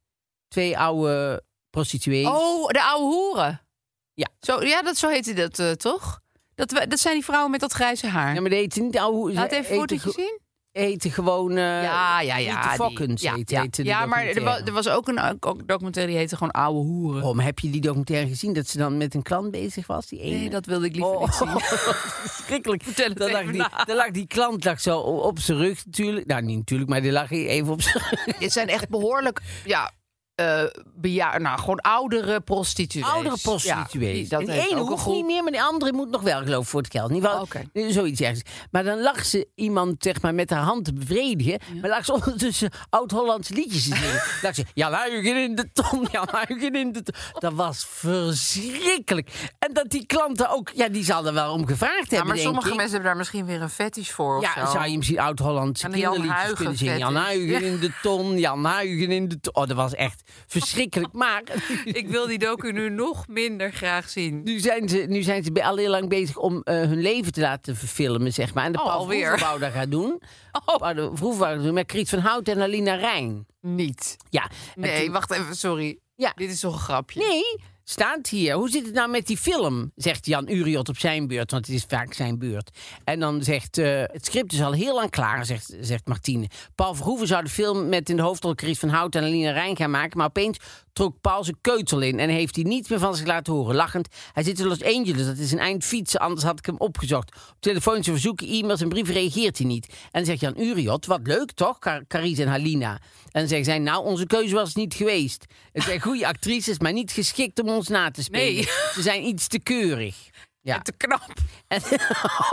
Speaker 4: twee oude prostituees.
Speaker 5: Oh, de oude hoeren.
Speaker 4: Ja.
Speaker 5: Zo, ja, dat, zo heette dat eh, toch? Dat, we- dat zijn die vrouwen met dat grijze haar.
Speaker 4: Ja, maar die heten niet oude...
Speaker 5: Laat
Speaker 4: ze
Speaker 5: even een
Speaker 4: heten
Speaker 5: fotootje
Speaker 4: ge-
Speaker 5: zien.
Speaker 4: Heten gewoon... eh,
Speaker 5: ja, ja, ja.
Speaker 4: Niet de
Speaker 5: die-
Speaker 4: Fokkens
Speaker 5: ja,
Speaker 4: heet-
Speaker 5: ja.
Speaker 4: heette de
Speaker 5: Ja, maar er was,
Speaker 4: documentaire.
Speaker 5: er was ook een ook documentaire die heette gewoon Oude Hoeren.
Speaker 4: Oh, maar eh. heb je die documentaire gezien dat ze dan met een klant bezig was? Die ene?
Speaker 5: nee, dat wilde ik liever
Speaker 4: Oh,
Speaker 5: niet
Speaker 4: <laughs>
Speaker 5: <laughs> zien.
Speaker 4: verschrikkelijk.
Speaker 5: Vertel het
Speaker 4: Dan lag,
Speaker 5: even
Speaker 4: die,
Speaker 5: na.
Speaker 4: dan lag die klant lag zo op zijn rug natuurlijk. Nou, niet natuurlijk, maar die lag even op zijn rug.
Speaker 5: Dit zijn echt behoorlijk, ja, eh bejaar, nou, gewoon oudere prostituees.
Speaker 4: Oudere
Speaker 5: Ja,
Speaker 4: prostituees.
Speaker 5: die- dat
Speaker 4: en
Speaker 5: heeft
Speaker 4: de ene
Speaker 5: ook een
Speaker 4: hoeft
Speaker 5: goed- Oh,
Speaker 4: niet meer, maar de andere moet nog wel, geloof ik, voor het geld. In ieder geval,
Speaker 5: Oké.
Speaker 4: eh, zoiets ergens. Maar dan lag ze iemand zeg maar, met haar hand te bevredigen. Maar lag ze <laughs> ondertussen oud-Hollandse liedjes te
Speaker 5: <laughs>
Speaker 4: zingen. lag ze, ja, luiken in de ton, ja, luiken in de ton. Dat was verschrikkelijk. En dat die klanten ook, ja, die zal er wel om gevraagd
Speaker 5: Ja,
Speaker 4: hebben,
Speaker 5: maar
Speaker 4: denk
Speaker 5: sommige
Speaker 4: ik.
Speaker 5: mensen hebben daar misschien weer een fetish voor. of
Speaker 4: Ja,
Speaker 5: zo.
Speaker 4: zou je misschien oud-Hollandse
Speaker 5: En de Jan
Speaker 4: kinderliedjes
Speaker 5: Huigen
Speaker 4: kunnen zingen.
Speaker 5: vet
Speaker 4: Jan
Speaker 5: is.
Speaker 4: Huigen in de ton, Jan Huigen in de ton. Oh, dat was
Speaker 5: <laughs>
Speaker 4: echt verschrikkelijk. Maar
Speaker 5: Ik wil die docu nu nog minder graag zien.
Speaker 4: nu zijn ze, nu zijn ze bij- al heel lang bezig om eh, hun leven te laten verfilmen, zeg maar. En de
Speaker 5: Oh,
Speaker 4: Paul
Speaker 5: alweer. Oh.
Speaker 4: Vroevenbouw daar gaat
Speaker 5: <laughs>
Speaker 4: doen. Paul de Vroevenbouw gaat doen met Kriet van Hout en Alina Rijn.
Speaker 5: Niet.
Speaker 4: Ja. En
Speaker 5: Nee,
Speaker 4: toen-
Speaker 5: wacht even, sorry.
Speaker 4: Ja.
Speaker 5: Dit is toch een grapje?
Speaker 4: Nee, staat hier. Hoe zit het nou met die film? Zegt Jan Uriot op zijn beurt, want het is vaak zijn beurt. En dan zegt, eh, het script is al heel lang klaar, zegt, zegt Martine. Paul Verhoeven zou de film met in de hoofdrol Chris van Hout en Alina Rijn gaan maken. Maar opeens trok Paul zijn keutel in en heeft hij niets meer van zich laten horen. Lachend, hij zit in Los Angeles, dat is een eind fietsen, anders had ik hem opgezocht. Op telefonische verzoeken, e-mails en brieven reageert hij niet. En dan zegt Jan Uriot, wat leuk toch, Car Carice en Halina. En dan zeggen zij, nou, onze keuze was niet geweest. Het zijn goede actrices, maar niet geschikt om ons na te spelen.
Speaker 5: Nee. <laughs>
Speaker 4: Ze zijn iets te keurig. Ja.
Speaker 5: En te knap.
Speaker 4: En- <laughs>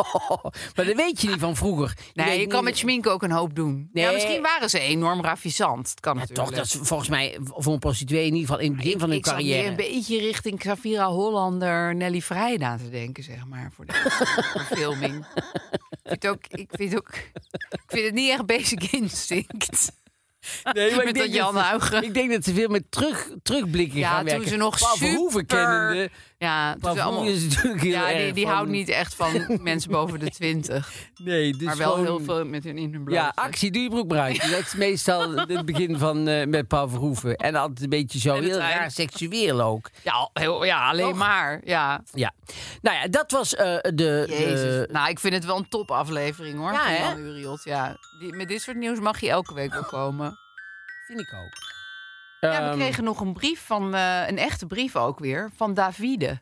Speaker 4: maar dat weet je niet van vroeger.
Speaker 5: Nee,
Speaker 4: weet
Speaker 5: je kan
Speaker 4: niet-
Speaker 5: met schminken ook een hoop doen. Ja,
Speaker 4: Nee.
Speaker 5: misschien waren ze enorm ravissant. Het kan
Speaker 4: Ja,
Speaker 5: natuurlijk.
Speaker 4: toch, dat is volgens mij voor een prostituee in ieder geval in het begin van hun
Speaker 5: ik zat meer een
Speaker 4: carrière.
Speaker 5: beetje richting Xavira Hollander, Nelly Vrijda te denken, zeg maar, voor de verfilming. ik, vind ook, ik, vind ook, ik vind het niet echt basic instinct.
Speaker 4: Nee,
Speaker 5: met dat Jan Huigen.
Speaker 4: Ik denk dat ze veel met terug, terugblikken
Speaker 5: Ja,
Speaker 4: gaan
Speaker 5: toen
Speaker 4: werken.
Speaker 5: ze nog
Speaker 4: Paul Verhoeven
Speaker 5: super-
Speaker 4: kennende.
Speaker 5: Ja, het
Speaker 4: Paul
Speaker 5: is allemaal,
Speaker 4: Verhoeven is natuurlijk heel
Speaker 5: ja die,
Speaker 4: erg
Speaker 5: die
Speaker 4: van-
Speaker 5: houdt niet echt <laughs> van mensen boven de twintig.
Speaker 4: Nee, dus
Speaker 5: maar wel
Speaker 4: gewoon-
Speaker 5: heel veel met hun in hun blootje.
Speaker 4: Ja, actie, doe je broek bruin. Dat is meestal het begin van eh, met Paul Verhoeven. En altijd een beetje zo
Speaker 5: En de
Speaker 4: heel
Speaker 5: trein.
Speaker 4: raar seksueel ook.
Speaker 5: Ja, heel, ja alleen
Speaker 4: Toch?
Speaker 5: maar. Ja.
Speaker 4: Ja. Nou ja, dat was eh, de...
Speaker 5: Jezus.
Speaker 4: de-
Speaker 5: nou, ik vind het wel een topaflevering hoor.
Speaker 4: Ja,
Speaker 5: van
Speaker 4: hè?
Speaker 5: Jan Uriot. Ja. Die, met dit soort nieuws mag je elke week wel komen.
Speaker 4: vind ik ook.
Speaker 5: Ja, we
Speaker 4: Ehm,
Speaker 5: kregen nog een brief van, eh, een echte brief ook weer, van Davide,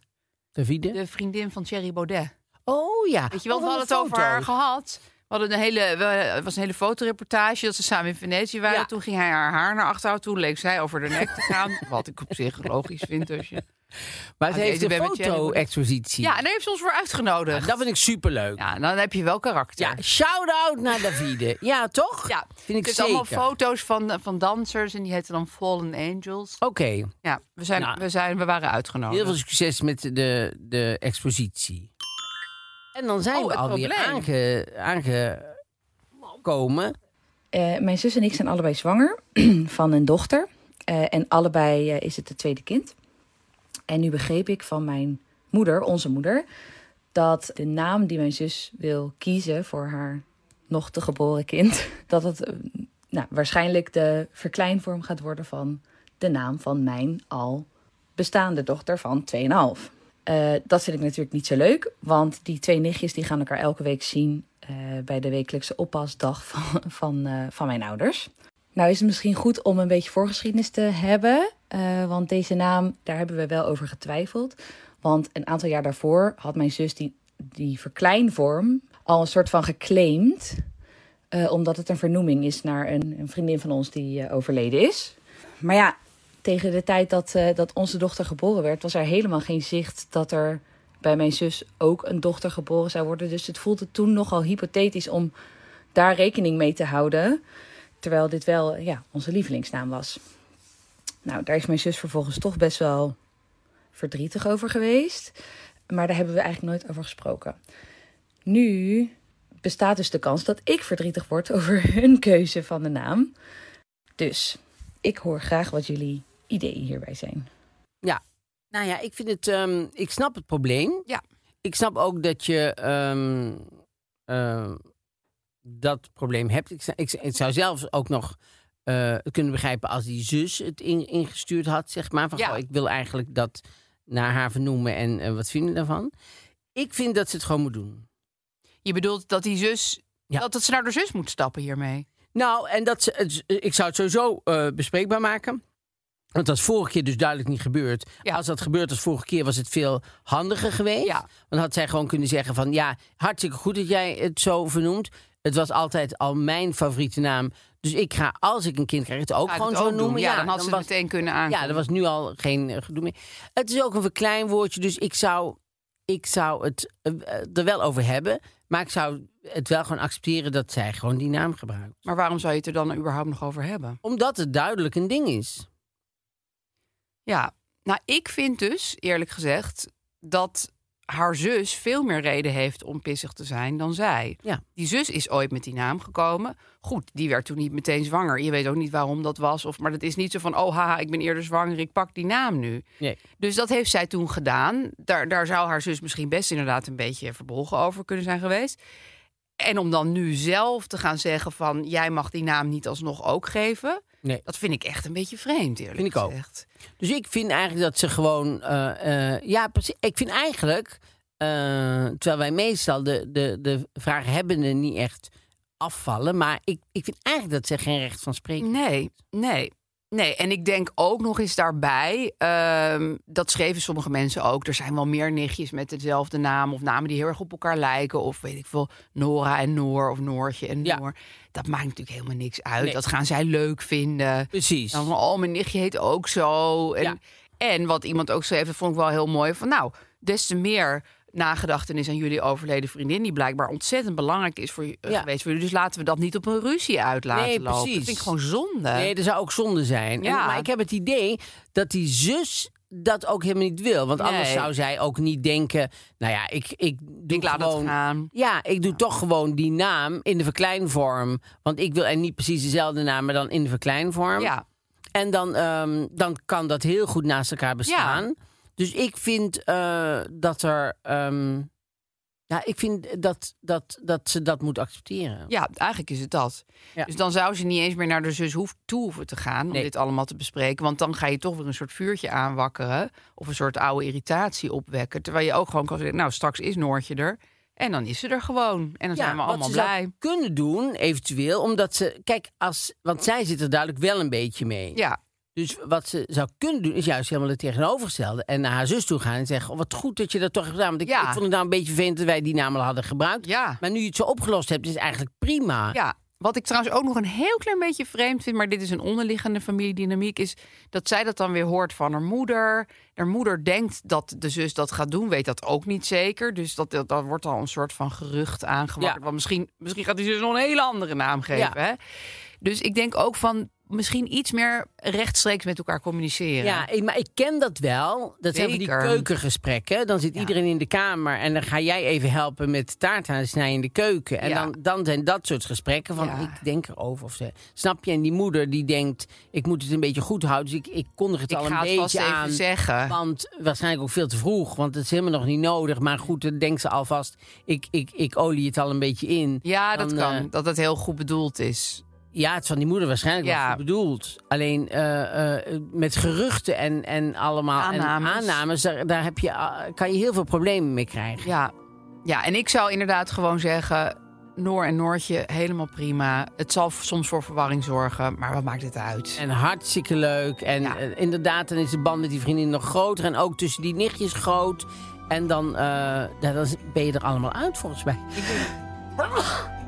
Speaker 4: Davide?
Speaker 5: de vriendin van Thierry Baudet.
Speaker 4: Oh ja.
Speaker 5: Weet je wel,
Speaker 4: Oh,
Speaker 5: we
Speaker 4: van
Speaker 5: hadden het
Speaker 4: de
Speaker 5: over
Speaker 4: foto.
Speaker 5: haar gehad. We hadden een hele, we- het was een hele fotoreportage dat ze samen in Venetië waren.
Speaker 4: Ja.
Speaker 5: Toen ging hij haar haar naar achteren houden. Toen leek zij over de nek te gaan. Wat ik op zich logisch vind als je
Speaker 4: Maar ze
Speaker 5: Oké,
Speaker 4: heeft
Speaker 5: dus we
Speaker 4: een
Speaker 5: hebben Thierry Baudet.
Speaker 4: foto-expositie.
Speaker 5: Ja, en daar heeft ze ons voor uitgenodigd.
Speaker 4: Dat vind ik superleuk. Ja,
Speaker 5: Ja, dan heb je wel karakter.
Speaker 4: shout-out naar <laughs> Davide. Ja, toch?
Speaker 5: Ja,
Speaker 4: vind ik
Speaker 5: dus
Speaker 4: zeker.
Speaker 5: allemaal foto's van, eh, van dansers en die heten dan Fallen Angels.
Speaker 4: Oké,
Speaker 5: Ja, we, zijn,
Speaker 4: Nou.
Speaker 5: we, zijn, we waren
Speaker 4: heel veel
Speaker 5: uitgenodigd.
Speaker 4: succes met de, de expositie. En dan zijn
Speaker 5: Oh,
Speaker 4: we
Speaker 5: het
Speaker 4: alweer
Speaker 5: probleem.
Speaker 4: aange, aangekomen.
Speaker 9: Eh, mijn zus en ik zijn allebei zwanger <clears throat> van een dochter. Eh, en allebei eh, is het het tweede kind. En nu begreep ik van mijn moeder, onze moeder, dat de naam die mijn zus wil kiezen voor haar nog te geboren kind, <laughs> dat het eh, nou, waarschijnlijk de verkleinvorm gaat worden van de naam van mijn al bestaande dochter van 2,5. Eh, dat vind ik natuurlijk niet zo leuk, want die twee nichtjes die gaan elkaar elke week zien eh, bij de wekelijkse oppasdag van, van, eh, van mijn ouders. Nou is het misschien goed om een beetje voorgeschiedenis te hebben, eh, want deze naam, daar hebben we wel over getwijfeld. Want een aantal jaar daarvoor had mijn zus die, die verkleinvorm al een soort van geclaimd, eh, omdat het een vernoeming is naar een, een vriendin van ons die eh, overleden is. Maar ja, tegen de tijd dat, eh, dat onze dochter geboren werd, was er helemaal geen zicht dat er bij mijn zus ook een dochter geboren zou worden. Dus het voelde toen nogal hypothetisch om daar rekening mee te houden. Terwijl dit wel ja, onze lievelingsnaam was. Nou, daar is mijn zus vervolgens toch best wel verdrietig over geweest. Maar daar hebben we eigenlijk nooit over gesproken. Nu bestaat dus de kans dat ik verdrietig word over <laughs> hun keuze van de naam. Dus ik hoor graag wat jullie ideeën hierbij zijn.
Speaker 4: Nou ja, ik vind het. ehm, ik snap het probleem.
Speaker 5: Ja.
Speaker 4: Ik snap ook dat je ehm, ehm, dat probleem hebt. Ik, zou- ik, ik zou zelfs ook nog eh, het kunnen begrijpen als die zus het in- ingestuurd had, zeg maar. Van,
Speaker 5: Ja.
Speaker 4: goh, ik wil eigenlijk dat naar haar vernoemen en eh, wat vinden daarvan. Ik vind dat ze het gewoon moet doen.
Speaker 5: Je bedoelt dat die zus,
Speaker 4: Ja.
Speaker 5: dat, dat ze naar de zus moet stappen hiermee.
Speaker 4: Nou, en dat, ze- het- ik zou het sowieso eh, bespreekbaar maken. Want dat is vorige keer dus duidelijk niet gebeurd.
Speaker 5: Ja.
Speaker 4: Als dat gebeurd was vorige keer, was het veel handiger geweest.
Speaker 5: Ja.
Speaker 4: Want dan had zij gewoon kunnen zeggen van... ja, hartstikke goed dat jij het zo vernoemt. Het was altijd al mijn favoriete naam. Dus ik ga, als ik een kind krijg, het ook
Speaker 5: Ga ik
Speaker 4: gewoon
Speaker 5: het
Speaker 4: zo
Speaker 5: ook doen?
Speaker 4: noemen.
Speaker 5: Ja, dan had ze het meteen kunnen aankomen.
Speaker 4: Ja, er was nu al geen eh, gedoe meer. Het is ook een verkleinwoordje, dus ik zou, ik zou het eh, eh, er wel over hebben. Maar ik zou het wel gewoon accepteren dat zij gewoon die naam gebruikt
Speaker 5: Maar waarom zou je het er dan überhaupt nog over hebben?
Speaker 4: omdat het duidelijk een ding is.
Speaker 5: Ja, nou, ik vind dus, eerlijk gezegd, dat haar zus veel meer reden heeft om pissig te zijn dan zij.
Speaker 4: Ja.
Speaker 5: Die zus is ooit met die naam gekomen. Goed, die werd toen niet meteen zwanger. Je weet ook niet waarom dat was. Of, maar dat is niet zo van, oh haha, ik ben eerder zwanger, ik pak die naam nu.
Speaker 4: Nee.
Speaker 5: Dus dat heeft zij toen gedaan. Daar, daar zou haar zus misschien best inderdaad een beetje verbolgen over kunnen zijn geweest. En om dan nu zelf te gaan zeggen van, jij mag die naam niet alsnog ook geven.
Speaker 4: Nee.
Speaker 5: Dat vind ik echt een beetje vreemd, eerlijk
Speaker 4: Vind ik ook.
Speaker 5: gezegd.
Speaker 4: Dus ik vind eigenlijk dat ze gewoon. eh, eh, ja, precies. Ik vind eigenlijk. eh, terwijl wij meestal de, de, de vraaghebbenden niet echt afvallen. Maar ik, ik vind eigenlijk dat ze geen recht van spreken.
Speaker 5: Nee, nee. Nee, en ik denk ook nog eens daarbij, ehm, dat schreven sommige mensen ook. Er zijn wel meer nichtjes met dezelfde naam of namen die heel erg op elkaar lijken. Of weet ik veel, Nora en Noor of Noortje en
Speaker 4: Ja.
Speaker 5: Noor. Dat maakt natuurlijk helemaal niks uit.
Speaker 4: Nee.
Speaker 5: Dat gaan zij leuk vinden.
Speaker 4: Precies.
Speaker 5: Dan van, oh, mijn nichtje heet ook zo. En,
Speaker 4: Ja.
Speaker 5: en wat iemand ook schreef, dat vond ik wel heel mooi. Van nou, des te meer nagedachtenis aan jullie overleden vriendin... die blijkbaar ontzettend belangrijk is voor, je
Speaker 4: Ja.
Speaker 5: geweest voor jullie. Dus laten we dat niet op een ruzie uit laten
Speaker 4: Nee,
Speaker 5: lopen.
Speaker 4: precies.
Speaker 5: Dat vind ik gewoon zonde.
Speaker 4: Nee, dat zou ook zonde zijn. En-
Speaker 5: Ja.
Speaker 4: maar ik heb het idee dat die zus dat ook helemaal niet wil. Want anders
Speaker 5: Nee.
Speaker 4: zou zij ook niet denken... Nou ja, ik, ik doe
Speaker 5: ik laat
Speaker 4: gewoon...
Speaker 5: het gaan.
Speaker 4: Ja, ik doe toch gewoon die naam in de verkleinvorm. Want ik wil en niet precies dezelfde naam, maar dan in de verkleinvorm.
Speaker 5: Ja,
Speaker 4: En dan, ehm, dan kan dat heel goed naast elkaar bestaan. Dus ik vind eh, dat er. ehm, ja, ik vind dat, dat, dat ze dat moet accepteren.
Speaker 5: ja, eigenlijk is het dat.
Speaker 4: Ja.
Speaker 5: Dus dan zou ze niet eens meer naar de zus hoef, toe hoeven te gaan... om
Speaker 4: Nee.
Speaker 5: dit allemaal te bespreken. Want dan ga je toch weer een soort vuurtje aanwakkeren... of een soort oude irritatie opwekken. Terwijl je ook gewoon kan zeggen, nou, straks is Noortje er... en dan is ze er gewoon. En dan
Speaker 4: Ja,
Speaker 5: zijn we
Speaker 4: wat
Speaker 5: allemaal
Speaker 4: ze
Speaker 5: blij.
Speaker 4: zou kunnen doen, eventueel, omdat ze. Kijk, als, want zij zit er duidelijk wel een beetje mee.
Speaker 5: Ja,
Speaker 4: Dus wat ze zou kunnen doen, is juist helemaal het tegenovergestelde. En naar haar zus toe gaan en zeggen: oh, Wat goed dat je dat toch hebt gedaan. Want ik,
Speaker 5: Ja.
Speaker 4: ik vond het nou een beetje vervelend dat wij die naam al hadden gebruikt.
Speaker 5: ja,
Speaker 4: Maar nu je het zo opgelost hebt, is het eigenlijk prima.
Speaker 5: ja. Wat ik trouwens ook nog een heel klein beetje vreemd vind, maar dit is een onderliggende familiedynamiek, is dat zij dat dan weer hoort van haar moeder. Haar moeder denkt dat de zus dat gaat doen, weet dat ook niet zeker. Dus dat, dat, dat wordt al een soort van gerucht aangewakkerd.
Speaker 4: Ja.
Speaker 5: Want misschien, misschien gaat die zus nog een hele andere naam geven.
Speaker 4: Ja.
Speaker 5: Hè? Dus ik denk ook van misschien iets meer rechtstreeks met elkaar communiceren.
Speaker 4: Ja, ik- maar ik ken dat wel. Dat zijn van die
Speaker 5: Zeker.
Speaker 4: keukengesprekken. Dan zit iedereen in de kamer en dan ga jij even helpen met taart aan snijden in de keuken. En
Speaker 5: Ja.
Speaker 4: dan, dan zijn dat soort gesprekken van ik denk erover. Of ze, snap je? En die moeder die denkt, ik moet het een beetje goed houden. Dus ik, ik kondig het
Speaker 5: Ik
Speaker 4: al
Speaker 5: ga
Speaker 4: een
Speaker 5: het
Speaker 4: beetje
Speaker 5: vast even
Speaker 4: aan.
Speaker 5: zeggen.
Speaker 4: Want waarschijnlijk ook veel te vroeg, want het is helemaal nog niet nodig. Maar goed, dan denkt ze alvast, ik, ik, ik olie het al een beetje in.
Speaker 5: Ja, dat
Speaker 4: Dan,
Speaker 5: kan.
Speaker 4: eh,
Speaker 5: dat het heel goed bedoeld is.
Speaker 4: ja, het is van die moeder waarschijnlijk
Speaker 5: Ja.
Speaker 4: wat goed bedoeld. Alleen eh, eh, met geruchten en, en allemaal
Speaker 5: Aannames.
Speaker 4: En aannames daar, daar heb je, ah, kan je heel veel problemen mee krijgen.
Speaker 5: Ja. ja, en ik zou inderdaad gewoon zeggen... Noor en Noortje, helemaal prima. Het zal v- soms voor verwarring zorgen, maar wat maakt het uit?
Speaker 4: En hartstikke leuk. En eh, inderdaad, dan is de band met die vriendin nog groter. En ook tussen die nichtjes groot. En dan, eh, ja, dan ben je er allemaal uit, volgens mij.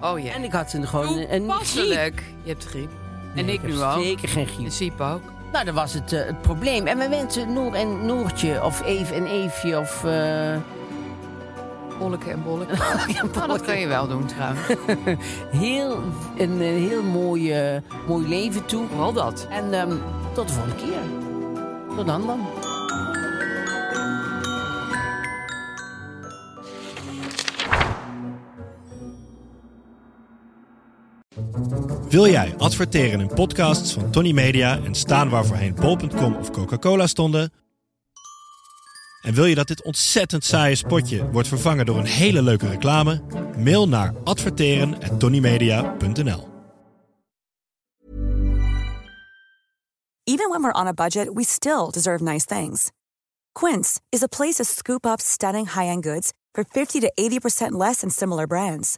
Speaker 5: Oh ja.
Speaker 4: En ik had ze gewoon een, een griep.
Speaker 5: Toepasselijk. Je hebt griep. en ik, nu ook.
Speaker 4: Zeker geen griep.
Speaker 5: En Siep ook.
Speaker 4: Nou, dat was het, eh, het probleem. En we wensen Noor en Noortje, of Eve en Eefje, of... eh,
Speaker 5: Bolleke en <laughs> bolleke. Nou, dat kun je wel doen trouwens.
Speaker 4: <laughs> heel, een, een heel mooi, eh, mooi leven toe.
Speaker 5: Wel dat.
Speaker 4: En ehm, tot de volgende keer. Tot dan dan.
Speaker 10: Wil jij adverteren in podcasts van Tony Media en staan waar voorheen bol.com of Coca-Cola stonden? En wil je dat dit ontzettend saaie spotje wordt vervangen door een hele leuke reclame? Mail naar adverteren@tonymedia.nl.
Speaker 11: Even when we're on a budget, we still deserve nice things. Quince is a place to scoop up stunning high end goods for 50 to 80% less than similar brands.